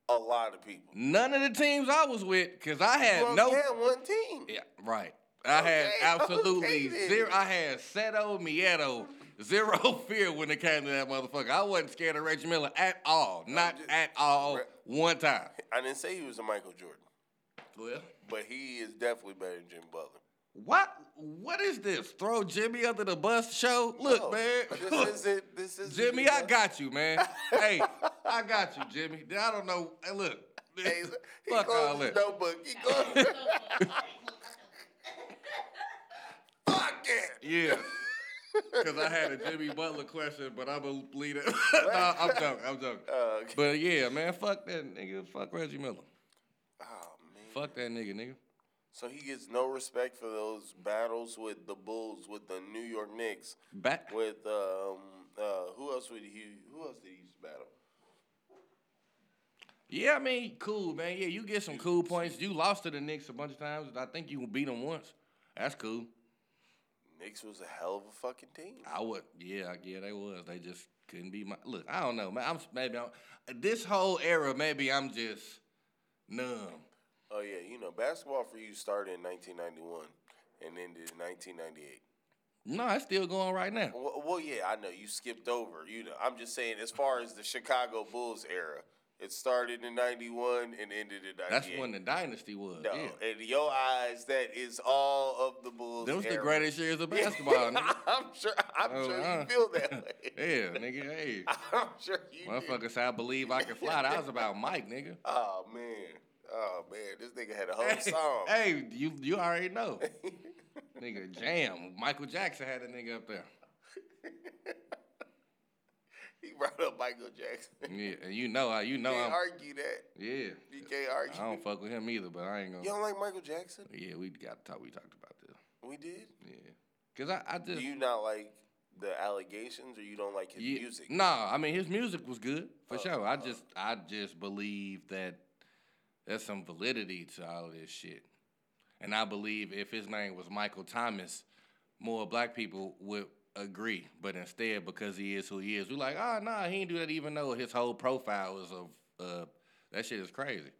a lot of people. None of the teams I was with, because I had Well, no. yeah, one team. Yeah, right. I had Okay, okay absolutely then. zero. I had Seto Mieto zero fear when it came to that motherfucker. I wasn't scared of Reggie Miller at all. Not just- at all. Re- One time. I didn't say he was a Michael Jordan, Well, but he is definitely better than Jim Butler. What what is this? Throw Jimmy under the bus show? Look, No, man. look, Oh, This isn't. This is Jimmy, I got you, man. hey, I got you, Jimmy. I don't know. Hey, look. Hey, he Fuck all closed his that. notebook. He closed. Fuck it. Yeah. Because I had a Jimmy Butler question, but I'm going to leave it. nah, I'm joking. I'm joking. Uh, okay. But yeah, man, fuck that nigga. Fuck Reggie Miller. Oh man. Fuck that nigga, nigga. So he gets no respect for those battles with the Bulls, with the New York Knicks, Back. with um, uh, who else would he? Who else did he used to battle? Yeah, I mean, cool, man. Yeah, you get some cool points. You lost to the Knicks a bunch of times. I think you beat them once. That's cool. Knicks was a hell of a fucking team. I would, yeah, yeah, they was. They just couldn't be my look. I don't know, man. I'm maybe I'm, this whole era. Maybe I'm just numb. Oh yeah, you know basketball for you started in 1991 and ended in 1998. No, it's still going right now. Well, well, yeah, I know you skipped over. You know, I'm just saying as far as the Chicago Bulls era, it started in '91 and ended in '98. That's when the dynasty was. No, yeah. in your eyes, that is all of the Bulls. Those the era. greatest years of basketball. nigga. I'm sure. I'm Oh, sure uh. you feel that way. Yeah, nigga. Hey, I'm sure you. Do. motherfucker said I believe I can fly. That was about Mike, nigga. Oh man. Oh man. This nigga had a whole song. Hey, you you already know. nigga, jam. Michael Jackson had a nigga up there. He brought up Michael Jackson. Yeah, and you know how you know I'm. can't argue that. Yeah, You can't I argue. don't fuck with him either, but I ain't gonna. You don't like Michael Jackson? Yeah, we got to talk. We talked about this. We did. Yeah, cause I, I Do just you not like the allegations, or you don't like his yeah, music? Uh, Nah, I mean his music was good for sure. I just I just believe that there's some validity to all this shit, and I believe if his name was Michael Thomas, more black people would agree. But instead, because he is who he is, we're like, oh nah, he didn't do that. Even though his whole profile is of uh, that shit is crazy.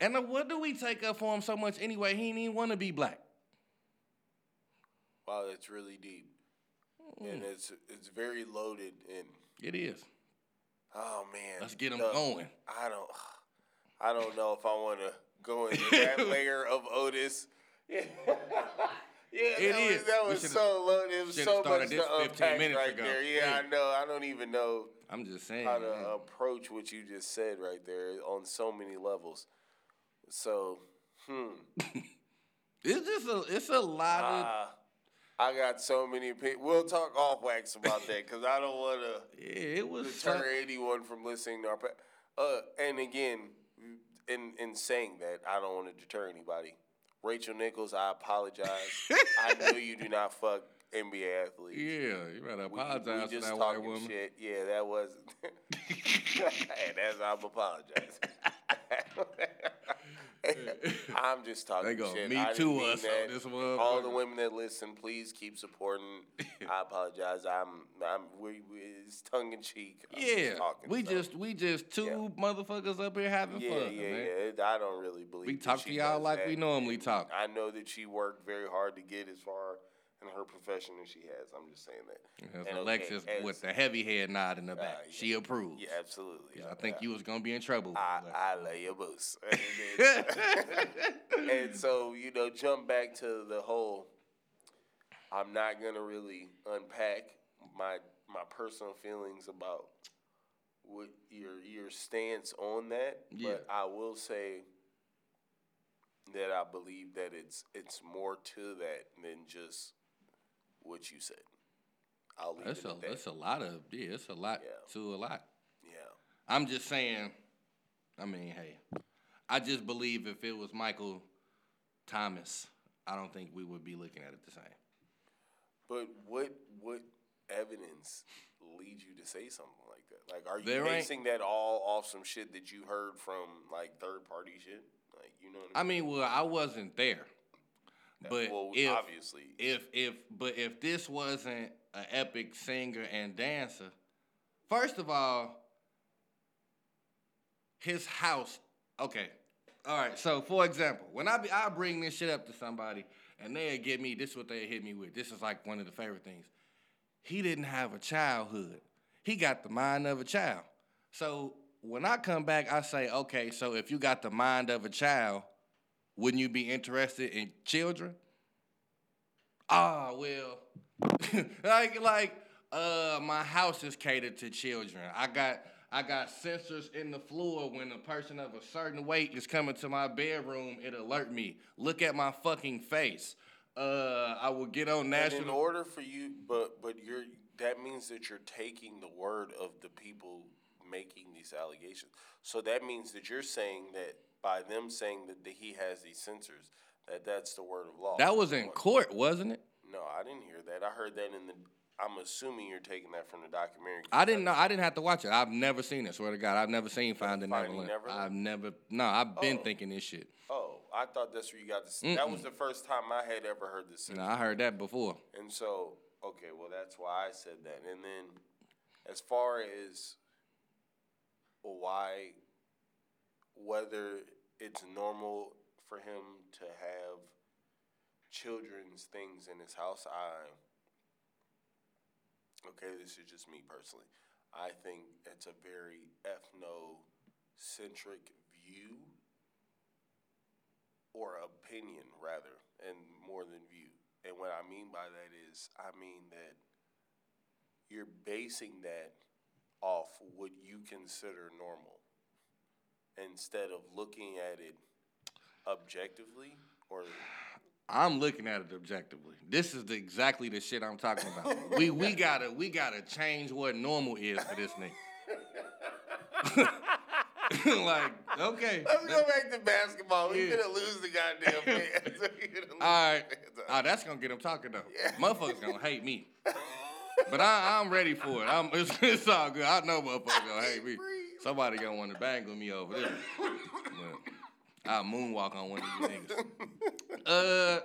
And then what do we take up for him so much anyway? He didn't even want to be black. Wow, that's really deep, Mm. and it's it's very loaded. And It is. oh man, Let's get him the- going. I don't, I don't know if I want to go into that layer of Otis. Yeah, It that is. Was, that We was shoulda- so loaded. It was shoulda so started much this to 15 unpack minutes right ago. there. Yeah, Hey. I know. I don't even know I'm just saying. how to man. approach what you just said right there on so many levels. So, hmm. It's just a it's a lot of Uh, I got so many opinions. We'll talk off wax about that because I don't want to yeah, it was some- deter anyone from listening to our. pa- Uh, and again, in in saying that, I don't want to deter anybody. Rachel Nichols, I apologize. I know you do not fuck NBA athletes. yeah, you better We- we apologize to just that white talking woman. Shit. Yeah, that was. and that's I'm apologizing. I'm just talking They gonna shit. me I didn't too mean us on that. this All the motherfucker. women that listen, please keep supporting. I apologize. I'm. I'm. We. we it's tongue in cheek. I'm Yeah, talking, we so. just we just two motherfuckers up here having Yeah, fun, yeah, man. yeah. It- I don't really believe. We that talk she to y'all does like we that. normally talk. I know that she worked very hard to get as far in her profession as she has. I'm just saying that. There's And okay, Alexis with as- the heavy head nod in the back. yeah. She approves. Yeah, absolutely. I think you was gonna be in trouble. I, but- I lay your boots. And then- and so, you know, jump back to the whole I'm not gonna really unpack my my personal feelings about what your your stance on that. Yeah. But I will say that I believe that it's it's more to that than just what you said. I'll leave That's it a at that. that's a lot of yeah, it's a lot Yeah. to a lot. yeah. I'm just saying, I mean, hey, I just believe if it was Michael Thomas, I don't think we would be looking at it the same. But what what evidence leads you to say something like that? Like, are you There ain't- basing that all off some shit that you heard from like third party shit? Like, you know what I I mean? mean, well, I wasn't there. But well, if, obviously, if if but if this wasn't an epic singer and dancer, first of all, his house. Okay, all right. So for example, when I be, I bring this shit up to somebody and they get me. This is what they hit me with. This is like one of the favorite things. He didn't have a childhood. He got the mind of a child. So when I come back, I say, okay. So if you got the mind of a child, Wouldn't you be interested in children? Ah, well, like like uh, my house is catered to children. I got I got sensors in the floor. When a person of a certain weight is coming to my bedroom, it alert me. Look at my fucking face. Uh, I will get on And in national. order for you, but but you're that means that you're taking the word of the people making these allegations. So that means that you're saying that by them saying that, that he has these censors, that that's the word of law. That was in court, wasn't it? No, I didn't hear that. I heard that in the. I'm assuming you're taking that from the documentary. 'cause I didn't know. I didn't have to watch it. I've never seen it. Swear to God, I've never seen Finding Finding Neverland. Neverland? I've never. No, I've been Oh. thinking this shit. Oh, I thought that's where you got this. That was the first time I had ever heard this. No, I heard that before. And so, okay, well, that's why I said that. And then, as far as why, whether it's normal for him to have children's things in his house, I, okay, this is just me personally. I think it's a very ethnocentric view or opinion rather, and more than view. And what I mean by that is, I mean that you're basing that off what you consider normal instead of looking at it objectively or I'm looking at it objectively. This is the, exactly the shit I'm talking about. we we gotta we gotta change what normal is for this nigga. like okay, let's go back to basketball. We're Yeah. gonna lose the goddamn fans. We're gonna lose all right. the fans. Ah, that's gonna get him talking though. Motherfuckers gonna hate me. But I, I'm ready for it. I'm, it's, it's all good. I know motherfuckers gonna hate me. Somebody gonna want to bangle me over there. But I'll moonwalk on one of you niggas. Uh,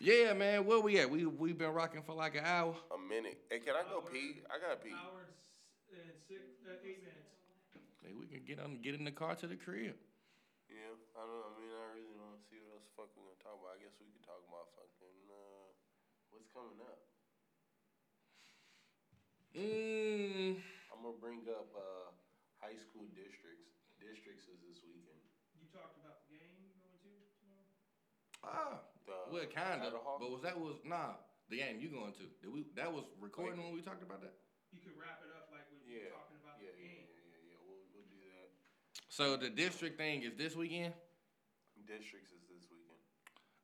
yeah, man. Where we at? We we been rocking for like an hour. A minute. Hey, can I go pee? I gotta pee. Hour and s- and six, uh, eight minutes. Maybe we can get on, get in the car to the crib. Yeah, I don't. I mean, I really don't see what else the fuck we're gonna talk about. I guess we could talk about fucking uh, what's coming up. Mm, I'm gonna bring up uh, high school districts. Districts is this weekend. You talked about the game you going to tomorrow? ah, The well, kind of. Idaho? But was that was nah the game you going to? Did we that was recording when we talked about that? You could wrap it up like we Yeah, were talking about yeah, yeah, the game. yeah, yeah, yeah. We'll, we'll do that. So the district thing is this weekend. Districts is this weekend.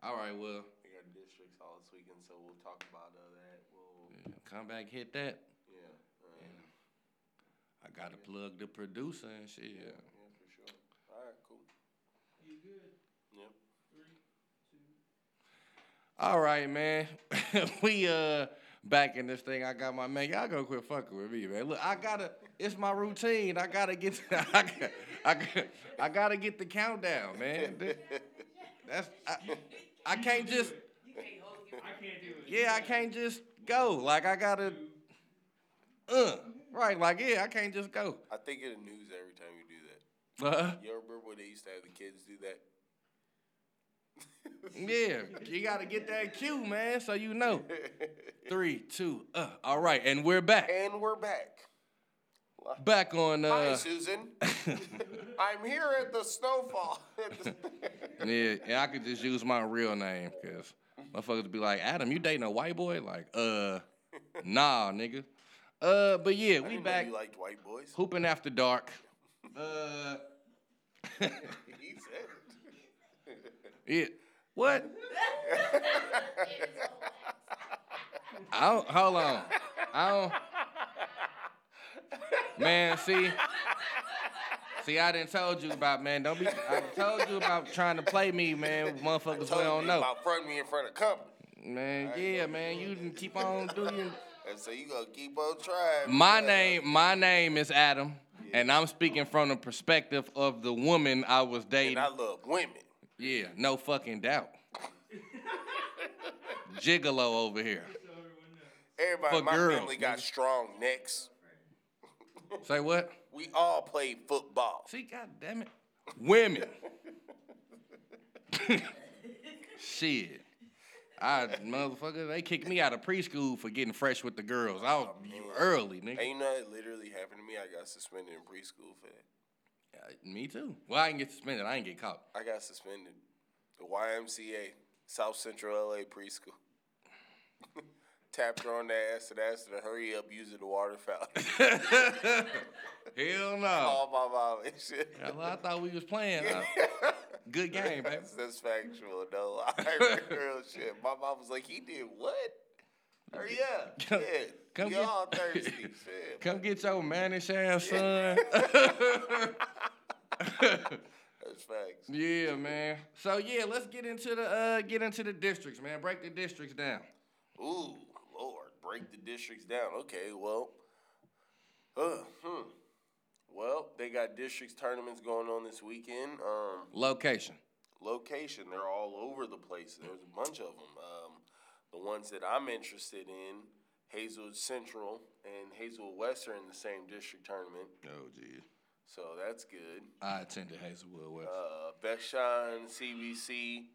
All right, well, We got districts all this weekend, so we'll talk about uh, that. We'll come back hit that. yeah, uh, I gotta plug the producer and shit. yeah, for sure. All right, cool. You good? Yep. Three, two. All right, man. we uh back in this thing. I got my man. Y'all gonna quit fucking with me, man. Look, I gotta. It's my routine. I gotta get. I, got, I, got, I gotta get the countdown, man. That- That's. I, I can't just. I can't do it. Yeah, I can't just go. Like I gotta. Uh, right. Like yeah, I can't just go. I think of the news every time you do that. Uh, You ever remember when they used to have the kids do that? yeah, you gotta get that cue, man, so you know. Three, two, uh. All right, and we're back. And we're back. Back on. Uh, Hi, Susan. I'm here at the snowfall. Yeah, and I could just use my real name because motherfuckers be like, Adam, you dating a white boy? Like, uh, nah, nigga. Uh, but yeah, we back You liked white boys? hooping after dark. Uh, He said it. yeah. What? I don't, hold on. I don't. Man, see. See, I didn't told you about man. Don't be. I told you about trying to play me, man. Motherfuckers, we Told don't me know, About front me in front of company. man. Yeah, man. You didn't keep on doing. And so you gonna keep on trying. My name, my name is Adam, and I'm speaking from the perspective of the woman I was dating. And I love women. yeah, no fucking doubt. Gigolo over here. So everyone knows. Everybody For in my girls, family got nigga. strong necks. Say what? We all played football. See, god damn it, women. Shit. I motherfucker, they kicked me out of preschool for getting fresh with the girls. I was early, nigga. And you know it literally happened to me. I got suspended in preschool for that. Uh, Me too. Well, I didn't get suspended. I didn't get caught. I got suspended. The YMCA, South Central LA preschool. Tapped her on the ass and asked her to hurry up using the water fountain. Hell no. All my violation. Hell, I thought we was playing. huh? Good game, baby. That's, that's factual, no. I heard real shit. My mom was like, he did what? Hurry up. Come- yeah. come get- Y'all thirsty. Shit. Come get your mannish ass, son. That's facts. yeah, man. So yeah, let's get into the uh, get into the districts, man. Break the districts down. Ooh, Lord, break the districts down. Okay, well, uh, hmm. Well, they got districts tournaments going on this weekend. Um, Location. location, they're all over the place. There's a bunch of them. Um, the ones that I'm interested in, Hazelwood Central and Hazelwood West are in the same district tournament, Oh, geez. so that's good. I attended Hazelwood West. Uh, Bechstein, CBC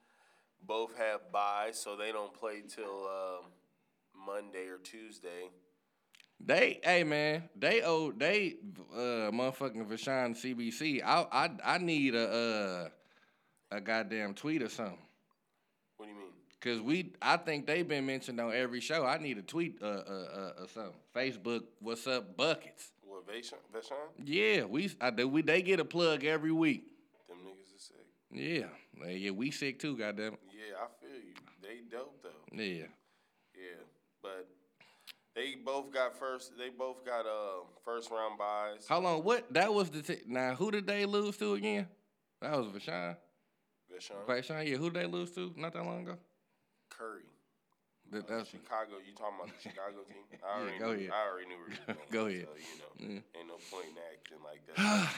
both have buys, so they don't play till um, Monday or Tuesday. They, hey man, they owe they uh motherfucking Vashan CBC. I I I need a uh a goddamn tweet or something. What do you mean? Cause we, I think they've been mentioned on every show. I need a tweet, uh, uh, uh, or something. Facebook, what's up, buckets? What, Bechstein? Bechstein? Yeah, we, I do. We they get a plug every week. Them niggas is sick. Yeah, Like, yeah, we sick too. Goddamn. it. Yeah, I feel you. They dope, though. Yeah, Yeah, but they both got first. They both got um first round buys. how long? What? That was the t- now. Who did they lose to again? That was Vashan. Vashon Vashan. Yeah, who did they lose to? Not that long ago. Curry, Uh, That, that's Chicago. You talking about the Chicago team? I already go knew, ahead. I already knew. Where you was going, Go ahead. So, you know, ain't no point in acting like that.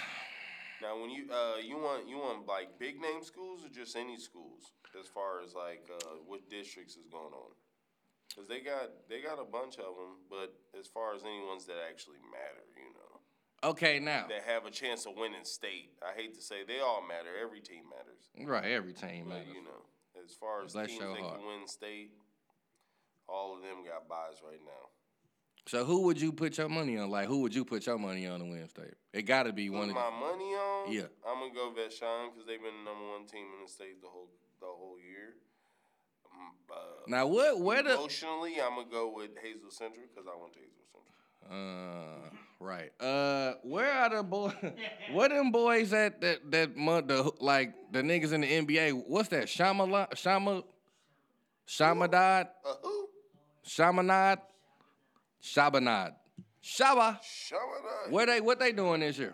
now, when you uh, you want you want like big name schools or just any schools as far as like uh, what districts is going on. Cause they got they got a bunch of them, but as far as any ones that actually matter, you know. okay now. that have a chance of winning state. I hate to say they all matter. Every team matters. Right, every team, But man. you know, as far as Bless teams your that heart. can win state, all of them got buys right now. So who would you put your money on? Like who would you put your money on to win state? It got to be one Put of my the money on. Yeah. I'm gonna go Vashon because they've been the number one team in the state the whole the whole year. Um, uh, Now what? Where the? emotionally, I'm gonna go with Hazel Central because I went to Hazel Uh, Central. right. Uh, where are the boy? where them boys at? That that month? The who- like the niggas in the NBA. What's that? Shama Shama Shamadad Uh, who? Shamanad Shabanad Shaba. Shamanad. Where they? What they doing this year?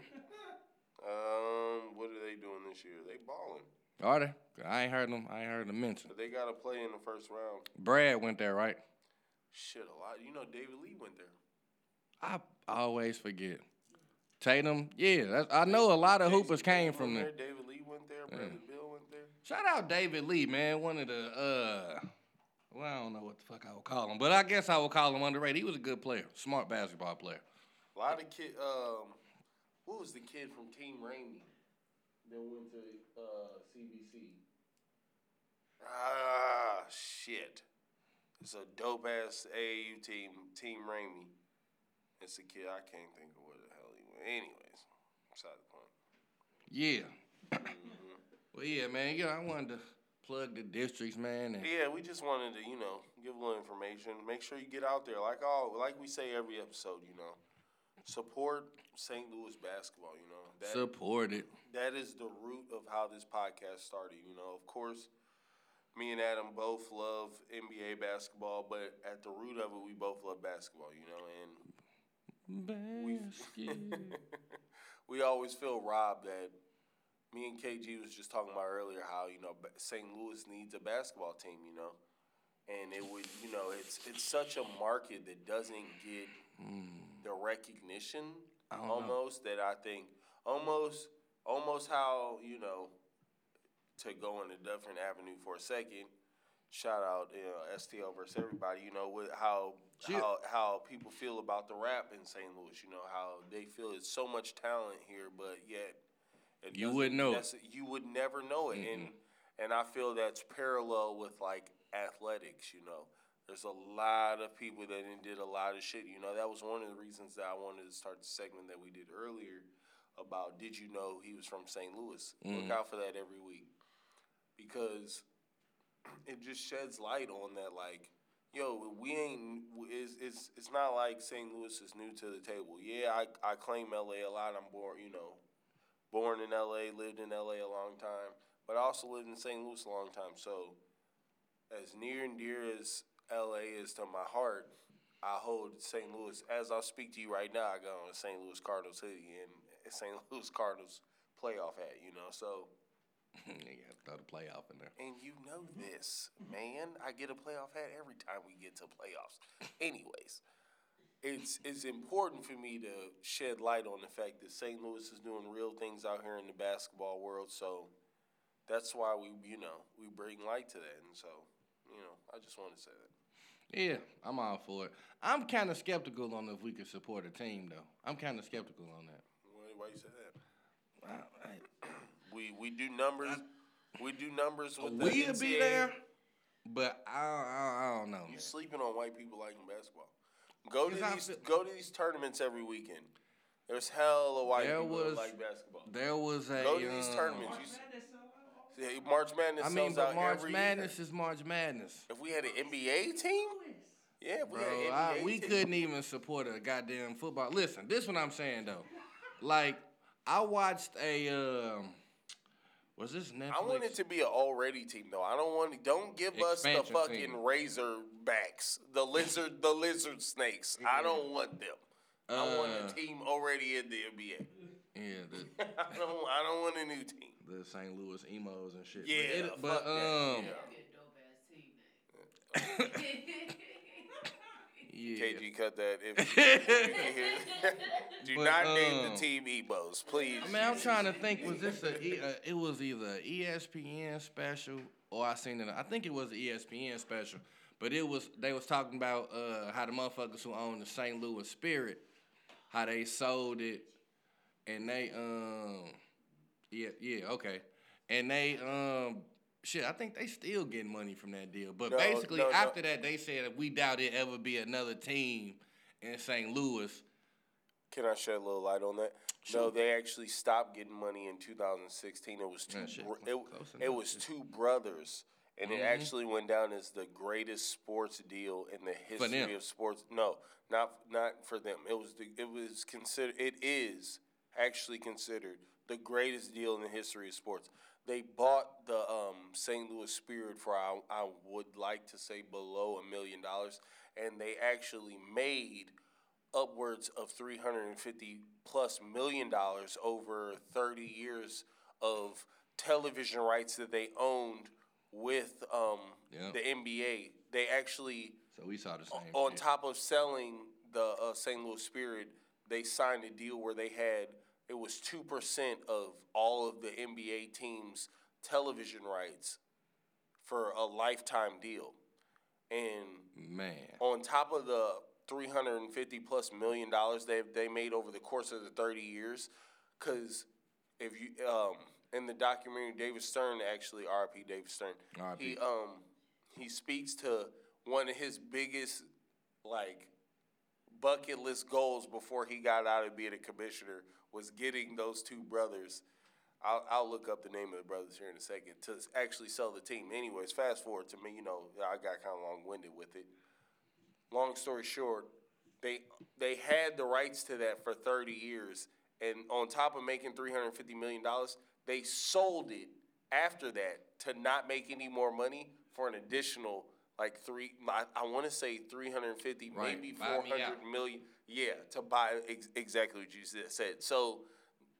Um, what are they doing this year? They balling, Are they? I ain't heard them. I ain't heard them mentioned. but they gotta play in the first round. Brad went there, right? Shit, a lot. You know, David Lee went there. I always forget. Tatum, yeah, that's, I know a lot of hoopers came from there. there. David Lee went there. Bradley Bill went there. Shout out David Lee, man. One of the uh, well, I don't know what the fuck I would call him, but I guess I would call him underrated. He was a good player, smart basketball player. A lot of kid. Um, who was the kid from Team Rainey that went to uh, CBC? Ah, shit. It's a dope ass AAU team, Team Rainey. It's a kid. I can't think of where the hell he went. Anyways, beside the point. Mm-hmm. Yeah. well, yeah, man. You know, I wanted to plug the districts, man. And Yeah, we just wanted to, you know, give a little information. Make sure you get out there, like all, like we say every episode, you know, support St. Louis basketball. You know, that support it. that is the root of how this podcast started. You know, of course, me and Adam both love NBA basketball, but at the root of it, we both love basketball. You know, and Mm, Basket. we always feel robbed that me and KG was just talking about earlier how you know ba- St. Louis needs a basketball team, you know, and it would you know it's it's such a market that doesn't get the recognition don't know. almost that I think almost almost how you know to go in a different avenue for a second. Shout out, you know, STL versus everybody. You know with how Yeah. how how people feel about the rap in St. Louis. You know how they feel it's so much talent here, but yet it You doesn't wouldn't know it. necess- You would never know it, and and I feel that's parallel with like athletics. You know, there's a lot of people that done did a lot of shit. You know, that was one of the reasons that I wanted to start the segment that we did earlier about did you know he was from St. Louis? Look out for that every week because it just sheds light on that like yo we ain't it's, it's, it's not like st louis is new to the table yeah i, I claim la a lot i'm born you know born in la lived in la a long time but i also lived in st louis a long time so as near and dear as la is to my heart i hold st louis as i speak to you right now i got on a st louis cardinals hoodie and a st louis cardinals playoff hat you know so you gotta throw the playoff in there. and you know this, man. I get a playoff hat every time we get to playoffs. Anyways, it's it's important for me to shed light on the fact that St. Louis is doing real things out here in the basketball world. So that's why we, you know, we bring light to that. And so, you know, I just want to say that. Yeah, I'm all for it. I'm kind of skeptical on if we could support a team though. I'm kind of skeptical on that. Why, why you say that? I- We we do numbers. We do numbers with the We'll be NCAA. there, but I, I, I don't know, man. You sleeping on white people liking basketball. Go to Because I these feel- go to these tournaments every weekend. There's hell of white There people was- that like basketball. There was a. Go to these um, tournaments. March You s- Madness, uh, Yeah, March Madness I mean, sells but out March every Madness year. is March Madness, If we had an NBA team, yeah, if we bro. had an NBA I, we team. couldn't even support a goddamn football. Listen, this what I'm saying though. Like, I watched a. Um, was this Netflix? I want it to be an already team though. I don't want. Don't give us the Expansion fucking team. razor backs, the lizard, the lizard snakes. I don't want them. I want Uh, a team already in the NBA. Yeah, the, I don't. I don't want a new team. the St. Louis emos and shit. Yeah, but, it, but fuck that, um, yeah. yeah. KG, cut that. If you- Do But, not name um, the team Ebos, please. I mean, I'm trying to think. Was this a? E- uh, it was either a ESPN special or I seen it. I think it was E an ESPN special, but it was they was talking about uh, how the motherfuckers who own the St. Louis Spirit, how they sold it, and they um, yeah, yeah, okay, and they um. Shit, I think they still getting money from that deal. But No, basically, no, no. after that, they said that we doubt it ever be another team in St. Louis. Can I shed a little light on that? No, Sure. they actually stopped getting money in 2016. It was two. Man, shit, br- cl- it, close it enough. Mm-hmm. was two brothers, and it actually went down as the greatest sports deal in the them. history of sports. No, not not for them. It was the, it was considered. It is actually considered the greatest deal in the history of sports. They bought the um, St. Louis Spirit for I, I would like to say below a million dollars, and they actually made upwards of 350 plus million dollars over 30 years of television rights that they owned with um, Yeah. the NBA. They actually, So we saw the same. on shit. top of selling the uh, St. Louis Spirit, they signed a deal where they had it was two percent of all of the NBA teams' television rights for a lifetime deal, and man. on top of the 350 plus million dollars they they made over the course of the 30 years cuz if you um in the documentary David Stern actually RP David Stern R.I.P.. he um he speaks to one of his biggest like bucket list goals before he got out of being a commissioner was getting those two brothers I'll, I'll look up the name of the brothers here in a second to actually sell the team. Anyways, fast forward to me, you know, I got kind of long winded with it long story short, they they had the rights to that for 30 years, and on top of making 350 million dollars, they sold it after that to not make any more money for an additional like three. I, I want to say 350, Right, maybe buy me 400 out. million. Yeah, to buy ex- exactly what you said. So.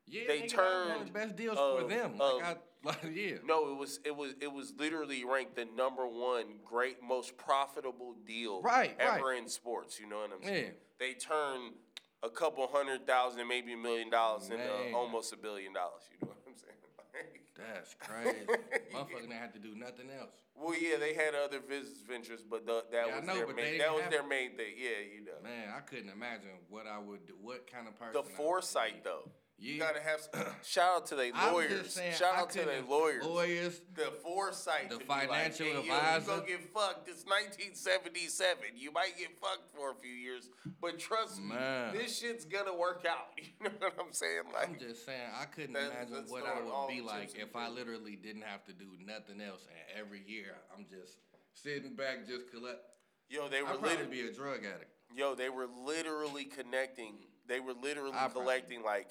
Yeah, they nigga, that was one of turned the best deals of- for them. Like, I, of- like, yeah, No, it was it was it was literally ranked the number one great most profitable deal Right, ever right. in sports. You know what I'm Yeah. saying? They turned a couple hundred thousand, maybe a million dollars Man. into almost a billion dollars. You know what I'm saying? Like, that's crazy. Motherfucker didn't have to do nothing else. well, yeah, they had other business ventures, but the, that Yeah, I was know, their but they main didn't that was have- their main thing. Yeah, you know. Man, I couldn't imagine what I would do. What kind of person? I The would be. foresight though. You Yeah. gotta have s- shout out to their I'm lawyers. just saying, shout I out to their couldn't- lawyers. Lawyers. The foresight, The to be financial like, hey, yo, advisor. You gonna get fucked. It's 1977. You might get fucked for a few years, but trust Man. me, this shit's gonna work out. You know what I'm saying? Like, I'm just saying, I couldn't That's- imagine that's what I throwing all would be the like chips in if the I pool. literally didn't have to do nothing else. And every year, I'm just sitting back, just collect. yo, they were I'd probably literally be a drug addict. Yo, they were literally connecting. They were literally I probably- collecting like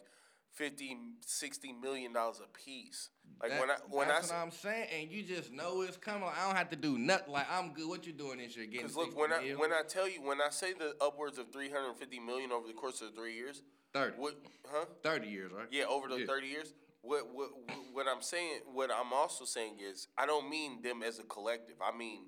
50, 60 million dollars a piece. Like when I That- when I that's s- what I'm saying, and you just know it's coming. I don't have to do nothing. Like I'm good. What you doing this year? Getting because look 60 when I mil? when I tell you when I say the upwards of three hundred fifty million over the course of three years, 30, what? Huh? 30 years, right? Yeah, over the Yeah. thirty years. What, what what I'm saying, what I'm also saying is, I don't mean them as a collective. I mean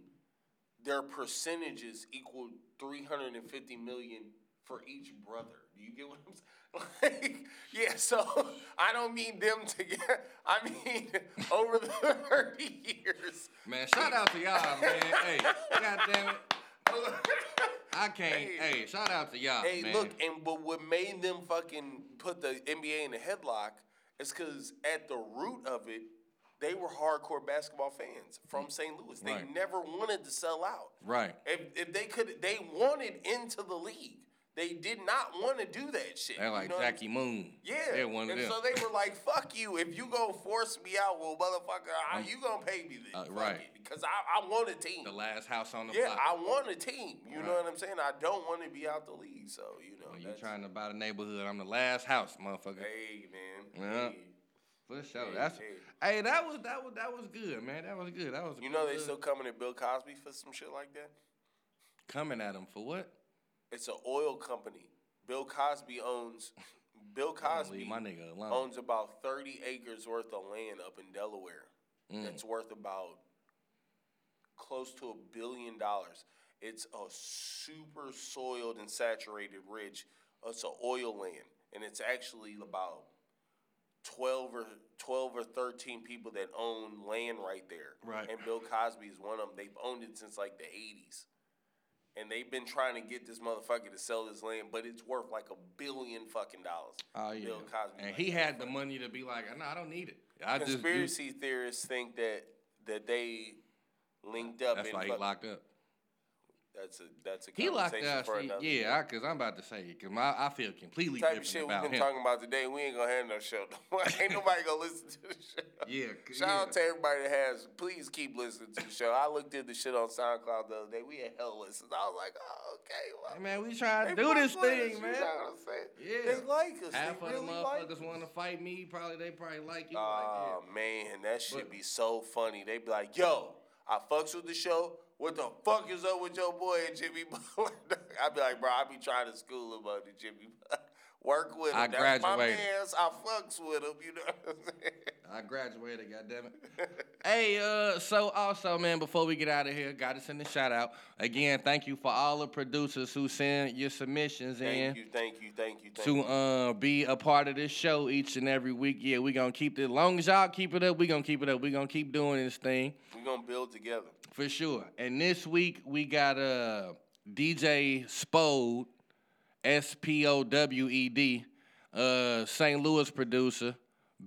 their percentages equal three hundred and fifty million for each brother. Do you get what I'm saying? Like, yeah. So I don't mean them together. I mean over the thirty years. Man, shout out to y'all, man. hey, goddamn it, I can't. Hey, shout out to y'all, Hey, man. look, and but what made them fucking put the NBA in the headlock is because at the root of it, they were hardcore basketball fans from St. Louis. They Right. never wanted to sell out. right. If, if they could, they wanted into the league. They did not want to do that shit. They're you like know what I'm Jackie Moon. yeah. they're one of and them. so they were like, fuck you. If you gonna force me out, well, motherfucker, I, you gonna pay me this. Uh, fuck right. it, Because I, I want a team. the last house on the yeah, block. I want a team. You know Right. what I'm saying? I don't want to be out the league. So, you know. When you that's- trying to buy the neighborhood, I'm the last house, motherfucker. Hey, man. Yeah. Hey. For sure. hey, That's hey. hey. that was that was that was good, man. That was good. That was You know they good. still coming at Bill Cosby for some shit like that? coming at him for what? It's an oil company. Bill Cosby owns. Bill I'm gonna Cosby Leave my nigga alone. owns about 30 acres worth of land up in Delaware Mm. that's worth about close to a billion dollars. It's a super soiled and saturated ridge. It's an oil land, and it's actually about 12 or 12 or 13 people that own land right there. Right. And Bill Cosby is one of them. They've owned it since like the 80s. And they've been trying to get this motherfucker to sell this land, but it's worth like a billion fucking dollars. Oh yeah. Bill Cosby. and like, he had the money to be like, no, I don't need it. I just do. conspiracy theorists think that that they linked up. That's and why he fuck- locked up. That's a that's a He locked conversation up. for see, another yeah, I, cause I'm about to say it, cause my, I feel completely type different of shit we've about been him. talking about today. We ain't gonna have no show. no more. ain't nobody gonna listen to the show. yeah, c- Shout yeah. out to everybody that has. Please keep listening to the show. I looked at the shit on SoundCloud the other day. We had hell listens. I was like, oh, okay. Well, Hey, man, we trying to they do fuck this with us, thing, man. You know what I'm saying? Yeah. They like us. Half they of really the like motherfuckers us. want to fight me. Probably they probably like you. Oh like, man, that should But- be so funny. They be like, "Yo, I fucks with the show. What the fuck is up with your boy and Jimmy Butler?" I be like, "Bro, I be trying to school him about the Jimmy. Butler. Work with him. I That's my graduated. man's. I fucks with him. You know what I'm saying? yeah. I graduated. goddammit. hey, uh, so also, man, before we get out of here, got to send a shout out again. Thank you for all the producers who send your submissions in. Thank you, thank you, thank you, thank to you. uh, be a part of this show each and every week. Yeah, we gonna keep it. Long as y'all keep it up, we gonna keep it up. We gonna keep doing this thing We gonna build together. for sure. And this week we got uh DJ Spode, S P O W E D, uh St. Louis producer,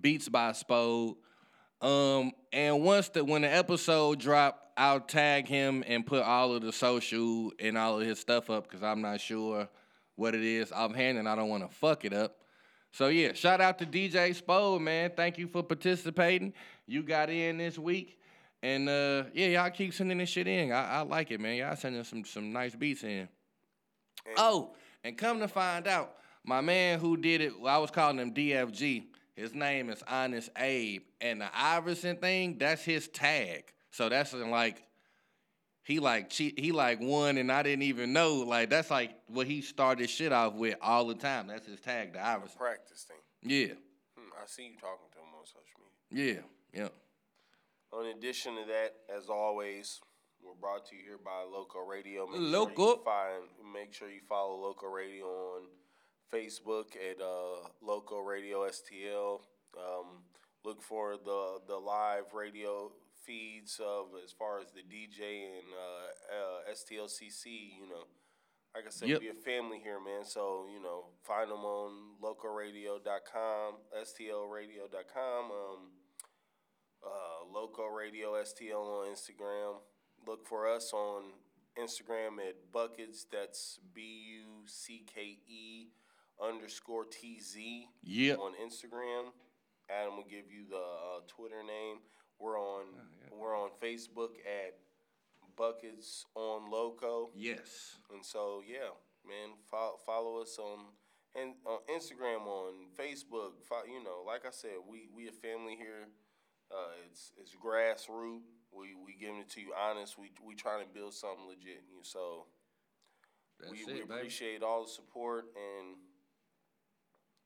Beats by Spode. Um, and once the when the episode drop, I'll tag him and put all of the social and all of his stuff up because I'm not sure what it is offhand and I don't want to fuck it up. So yeah, shout out to DJ Spode, man. Thank you for participating. You got in this week. And uh, yeah, y'all keep sending this shit in. I, I like it, man. Y'all sending some some nice beats in. Oh, and come to find out, my man who did it, well, I was calling him DFG. His name is Honest Abe, and the Iverson thing, that's his tag. So that's in like, he like cheat, he like won, and I didn't even know. Like that's like what he started shit off with all the time. That's his tag, the Iverson. Practice thing. Yeah, Hmm, I see you talking to him on social media. yeah, yeah. In addition to that, as always, we're brought to you here by Loco Radio. Make Sure Loco. you find, make sure you follow Loco Radio on Facebook at uh, Loco Radio STL. Um, look for the the live radio feeds of as far as the DJ and uh, uh, STLCC. You know, Like I said, Yep. we a family here, man. So, you know, find them on locoradio.com, stlradio.com, um, uh, Loco Radio STL on Instagram. Look for us on Instagram at Buckets. That's B U C K E underscore T Z Yep. on Instagram. Adam will give you the uh, Twitter name. We're on Ah, we're on Facebook at Buckets on Loco. Yes. And so yeah, man, follow, follow us on and on Instagram, on Facebook. Fo- you know, like I said, we we a family here. Uh, it's it's grassroots. We we giving it to you honest. We we trying to build something legit. You so That's we, it, we baby. appreciate all the support and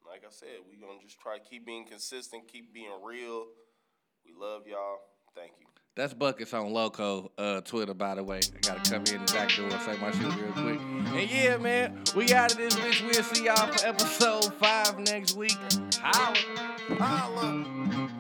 like I said, we gonna just try to keep being consistent, keep being real. We love y'all. Thank you. That's Buckets on Loco uh, Twitter, by the way. I gotta come in the back door and say my shit real quick. And yeah, man, we out of this bitch. We'll see y'all for episode five next week. Holla. Holla.